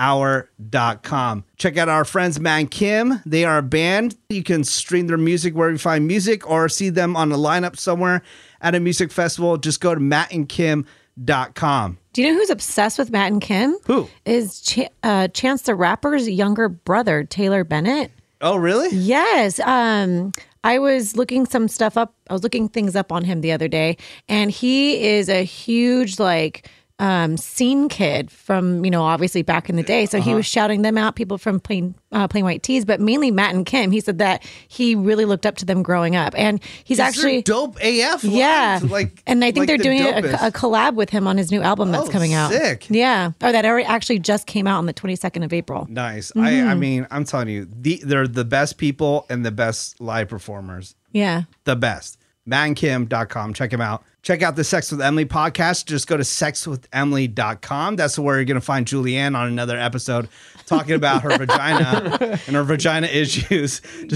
Speaker 1: FridayHour.com. Check out our friends, Man Kim. They are a band. You can stream their music wherever you find music or see them on a lineup somewhere at a music festival. Just go to mattandkim.com.
Speaker 4: Do you know who's obsessed with Matt and Kim?
Speaker 1: Who?
Speaker 4: Is Ch- uh, Chance the Rapper's younger brother, Taylor Bennett.
Speaker 1: Oh, really?
Speaker 4: Yes. Um, I was looking some stuff up. I was looking things up on him the other day, and he is a huge like um, scene kid from you know obviously back in the day. So he
Speaker 1: Uh-huh.
Speaker 4: was shouting them out, people from plain uh, plain white tees, but mainly Matt and Kim. He said that he really looked up to them growing up, and he's
Speaker 1: These are
Speaker 4: actually
Speaker 1: dope AF.
Speaker 4: yeah,
Speaker 1: lines, Like,
Speaker 4: and I think
Speaker 1: like
Speaker 4: they're
Speaker 1: the
Speaker 4: doing a,
Speaker 1: dopest.
Speaker 4: a collab with him on his new album that's
Speaker 1: Oh,
Speaker 4: coming out.
Speaker 1: sick.
Speaker 4: Yeah, or that already actually just came out on the twenty second of April.
Speaker 1: Nice. I, I
Speaker 4: Mm-hmm.
Speaker 1: mean, I'm telling you, the, they're the best people and the best live performers.
Speaker 4: Yeah,
Speaker 1: The best. mankim.com. Check him out. Check out the Sex with Emily podcast. Just go to sexwithemily.com. That's where you're going to find Julianne on another episode talking about her vagina and her vagina issues. Just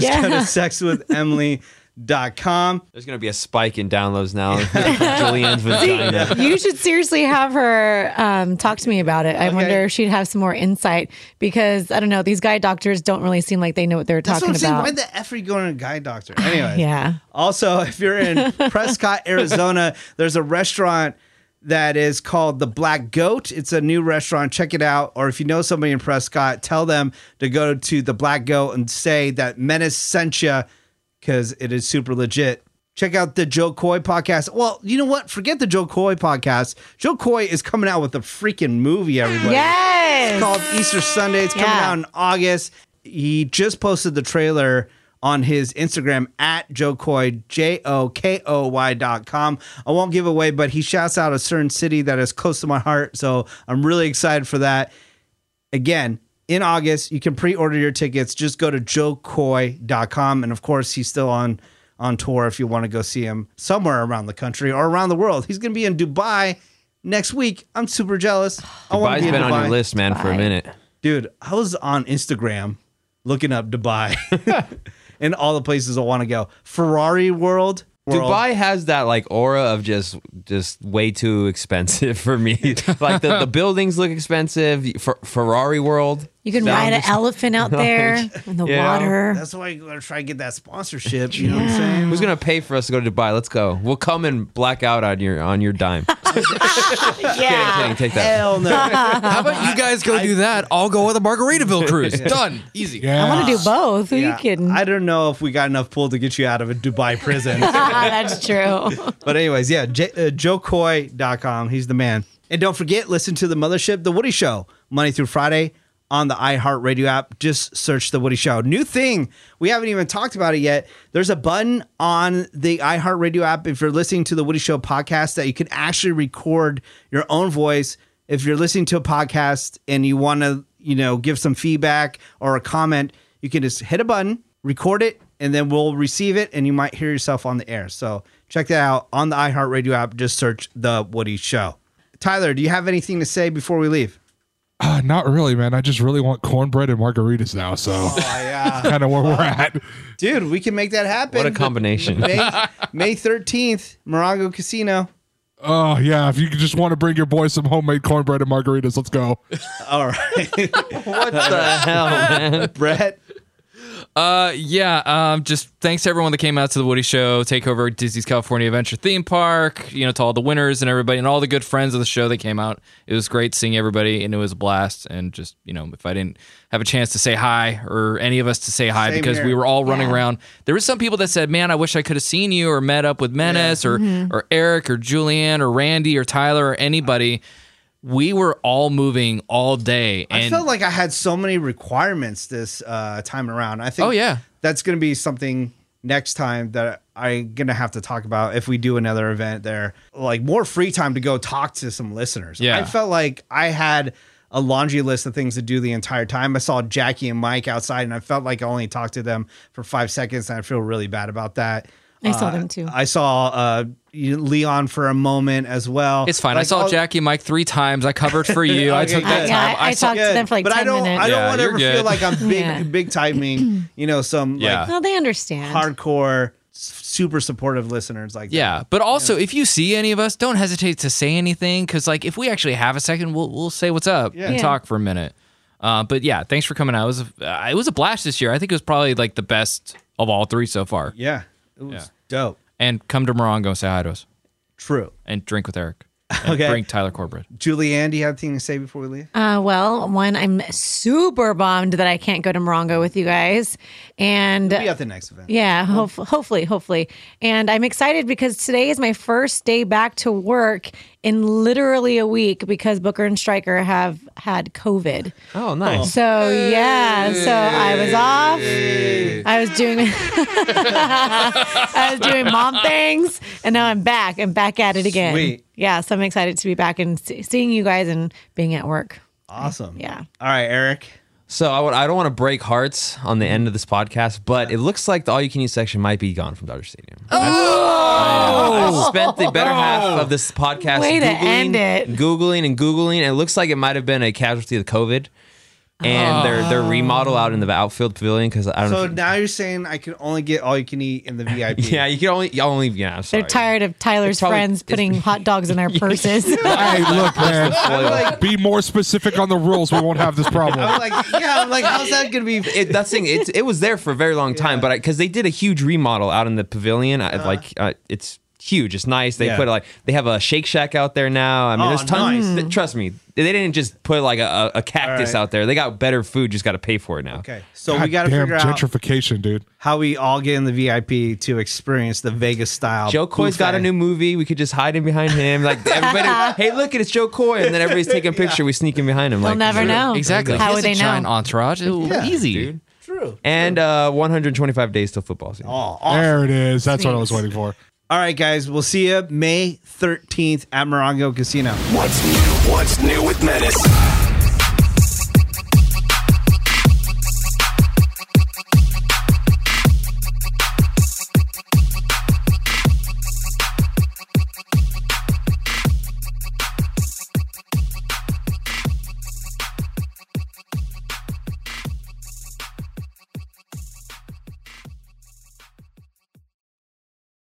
Speaker 1: go to
Speaker 4: Yeah.
Speaker 1: sexwithemily.com.
Speaker 3: There's gonna be a spike in downloads now. Julianne's vagina.
Speaker 4: You should seriously have her um, talk to me about it. I wonder if she'd have some more insight because I don't know. These guy doctors don't really seem like they know what they're
Speaker 1: That's
Speaker 4: talking
Speaker 1: what I'm saying.
Speaker 4: about.
Speaker 1: Why the F are you going to a guy doctor? Anyway.
Speaker 4: yeah.
Speaker 1: Also, if you're in Prescott, Arizona, there's a restaurant that is called the Black Goat. It's a new restaurant. Check it out. Or if you know somebody in Prescott, tell them to go to the Black Goat and say that Menace sent you because it is super legit. Check out the Joe Coy podcast. Well, you know what? Forget the Joe Coy podcast. Joe Coy is coming out with a freaking movie, everybody. It's
Speaker 4: Yes.
Speaker 1: called Easter Sunday. It's coming
Speaker 4: Yeah.
Speaker 1: out in August. He just posted the trailer on his Instagram at Joe Coy, J O K O Y dot com. I won't give away, but he shouts out a certain city that is close to my heart. So I'm really excited for that. Again, in August, you can pre order your tickets. Just go to joecoy.com. And of course, he's still on. On tour, if you want to go see him somewhere around the country or around the world, he's going to be in Dubai next week. I'm super jealous. I want
Speaker 3: Dubai.
Speaker 1: to
Speaker 3: has
Speaker 1: be in
Speaker 3: been
Speaker 1: Dubai.
Speaker 3: on your list, man, for a minute.
Speaker 1: Dude, I was on Instagram looking up Dubai and all the places I want to go. Ferrari World. World.
Speaker 3: Dubai has that like aura of just just way too expensive for me. like the, the buildings look expensive. Fer- Ferrari World.
Speaker 4: You can
Speaker 3: Sound
Speaker 4: ride an
Speaker 3: just-
Speaker 4: elephant out there in the
Speaker 3: Yeah.
Speaker 4: water.
Speaker 1: That's why you gotta try to get that sponsorship. You know what I'm saying?
Speaker 3: Who's gonna pay for us to go to Dubai? Let's go. We'll come and black out on your on your dime. Kidding,
Speaker 4: Yeah.
Speaker 3: kidding, take that.
Speaker 1: Hell no.
Speaker 6: How about you guys go do that? I'll go with a Margaritaville cruise. Done. Easy.
Speaker 5: Yeah.
Speaker 4: I want to do both. Who
Speaker 1: Yeah.
Speaker 4: you kidding?
Speaker 1: I don't know if we got enough pull to get you out of a Dubai prison.
Speaker 4: Ah, That's true.
Speaker 1: But anyways, yeah, J- uh, joecoy.com. He's the man. And don't forget, listen to the Mothership, The Woody Show, Monday through Friday on the iHeartRadio app. Just search The Woody Show. New thing. We haven't even talked about it yet. There's a button on the iHeartRadio app if you're listening to The Woody Show podcast that you can actually record your own voice. If you're listening to a podcast and you want to, you know, give some feedback or a comment, you can just hit a button, record it, and then we'll receive it and you might hear yourself on the air. So check that out on the iHeartRadio app. Just search The Woody Show. Tyler, do you have anything to say before we leave?
Speaker 5: Uh, not really, man. I just really want cornbread and margaritas now. So
Speaker 1: Oh,
Speaker 5: kind of where we're at.
Speaker 1: Dude, we can make that happen.
Speaker 3: What a combination.
Speaker 1: May, May 13th, Morongo Casino.
Speaker 5: Oh yeah, if you just want to bring your boy some homemade cornbread and margaritas, let's go.
Speaker 1: All right.
Speaker 3: what the hell, man?
Speaker 1: Brett,
Speaker 6: Uh, yeah. Um, just thanks to everyone that came out to the Woody Show, Takeover, at Disney's California Adventure Theme Park. You know, to all the winners and everybody, and all the good friends of the show that came out. It was great seeing everybody, and it was a blast. And just you know, if I didn't have a chance to say hi or any of us to say hi
Speaker 1: Same
Speaker 6: because
Speaker 1: here.
Speaker 6: we were all running
Speaker 4: Yeah.
Speaker 6: around, there was some people that said, "Man, I wish I could have seen you or met up with Menace or
Speaker 1: Mm-hmm.
Speaker 6: or Eric or Julianne or Randy or Tyler or anybody." We were all moving all day, and
Speaker 1: I felt like I had so many requirements this uh, time around. I think
Speaker 6: Oh, yeah.
Speaker 1: that's going to be something next time that I'm going to have to talk about if we do another event there. Like more free time to go talk to some listeners.
Speaker 6: Yeah.
Speaker 1: I felt like I had a laundry list of things to do the entire time. I saw Jackie and Mike outside and I felt like I only talked to them for five seconds and I feel really bad about that.
Speaker 4: I saw
Speaker 1: Uh,
Speaker 4: them too.
Speaker 1: I saw uh, Leon for a moment as well.
Speaker 6: It's fine. I
Speaker 1: Like,
Speaker 6: saw
Speaker 1: all-
Speaker 6: Jackie and Mike three times. I covered for you. I
Speaker 1: Okay,
Speaker 6: took that
Speaker 1: good.
Speaker 4: Yeah,
Speaker 6: time.
Speaker 4: I- I
Speaker 6: saw-
Speaker 4: talked to them for like
Speaker 1: but
Speaker 4: 10
Speaker 1: I don't,
Speaker 4: minutes.
Speaker 1: I don't
Speaker 6: Yeah,
Speaker 1: want to
Speaker 6: you're
Speaker 1: ever
Speaker 6: good.
Speaker 1: feel like I'm big,
Speaker 4: Yeah.
Speaker 1: big timing. You know, some
Speaker 6: Yeah.
Speaker 1: like
Speaker 4: Well, they understand.
Speaker 1: hardcore, s- super supportive listeners like that.
Speaker 6: yeah, but also if you see any of us, don't hesitate to say anything because like if we actually have a second, we'll we'll say what's up and
Speaker 4: Yeah.
Speaker 6: talk for a minute. Uh, but yeah, thanks for coming out. It was a, uh, it was a blast this year. I think it was probably like the best of all three so far.
Speaker 1: yeah, it was dope.
Speaker 6: And come to Morongo, say hi to us,
Speaker 1: True.
Speaker 6: and drink with Eric. And
Speaker 1: Okay.
Speaker 6: Bring Tyler Corbett.
Speaker 1: Julianne, do you have anything to say before we leave?
Speaker 4: Uh, well, one, I'm super bummed that I can't go to Morongo with you guys, and
Speaker 1: Be at the next event.
Speaker 4: Uh, yeah, hof- hopefully, hopefully, and I'm excited because today is my first day back to work in literally a week because Booker and Stryker have had COVID.
Speaker 3: Oh, nice.
Speaker 4: So yeah, so I was off. I was doing I was doing mom things, and now I'm back. I'm back at it again.
Speaker 1: Sweet.
Speaker 4: Yeah, so I'm excited to be back and see- seeing you guys and being at work.
Speaker 1: Awesome.
Speaker 4: Yeah.
Speaker 1: All right, Eric.
Speaker 3: So I would I don't want to break hearts on the end of this podcast, but it looks like the all you can eat section might be gone from Dodger Stadium. Oh! I spent the better half of this podcast
Speaker 4: Oh. Way to
Speaker 3: googling,
Speaker 4: end it.
Speaker 3: googling and googling, and it looks like it might have been a casualty of COVID. And their their remodel out in the outfield pavilion because I don't
Speaker 1: So
Speaker 3: know. if-
Speaker 1: now you're saying I can only get all you can eat in the VIP.
Speaker 3: yeah, you can only you only yeah. I'm sorry.
Speaker 4: They're tired of Tyler's
Speaker 3: It's probably-
Speaker 4: friends
Speaker 3: it's-
Speaker 4: putting hot dogs in their purses.
Speaker 5: Hey, look, man.
Speaker 3: Well,
Speaker 5: Be more specific on the rules. We won't have this problem.
Speaker 1: I'm like, yeah, I'm like, how's that gonna be?
Speaker 3: it, that thing it, it was there for a very long time but because they did a huge remodel out in the pavilion I, like uh, it's huge it's nice they
Speaker 1: Uh-huh. Yeah.
Speaker 3: put like they have a shake shack out there now i mean
Speaker 1: Oh,
Speaker 3: there's tons
Speaker 1: nice.
Speaker 3: th- trust me they didn't just put like a, a a cactus
Speaker 1: All right.
Speaker 3: out there they got better food just got to pay for it now
Speaker 1: Okay, so we
Speaker 5: God
Speaker 1: got to
Speaker 5: damn
Speaker 1: figure out
Speaker 5: gentrification, dude.
Speaker 1: how we all get in the VIP to experience the Vegas style.
Speaker 3: Joe Coy's got a
Speaker 1: buffet.
Speaker 3: new movie. We could just hide him behind him. Like everybody, hey, look, it's Joe Coy, and then everybody's taking a picture. We sneak in behind him.
Speaker 4: They'll
Speaker 3: like,
Speaker 4: never know.
Speaker 6: Exactly.
Speaker 4: Oh, How
Speaker 6: He
Speaker 4: would
Speaker 6: has a
Speaker 4: they
Speaker 6: giant
Speaker 4: know?
Speaker 6: entourage. It- easy.
Speaker 3: dude.
Speaker 1: True.
Speaker 3: And uh, 125 days till football season.
Speaker 1: Oh, awesome.
Speaker 5: There it is. That's what I was
Speaker 4: Thanks.
Speaker 5: waiting for.
Speaker 1: All right, guys, we'll see you May 13th at Morongo Casino.
Speaker 2: What's new? What's new with Menace?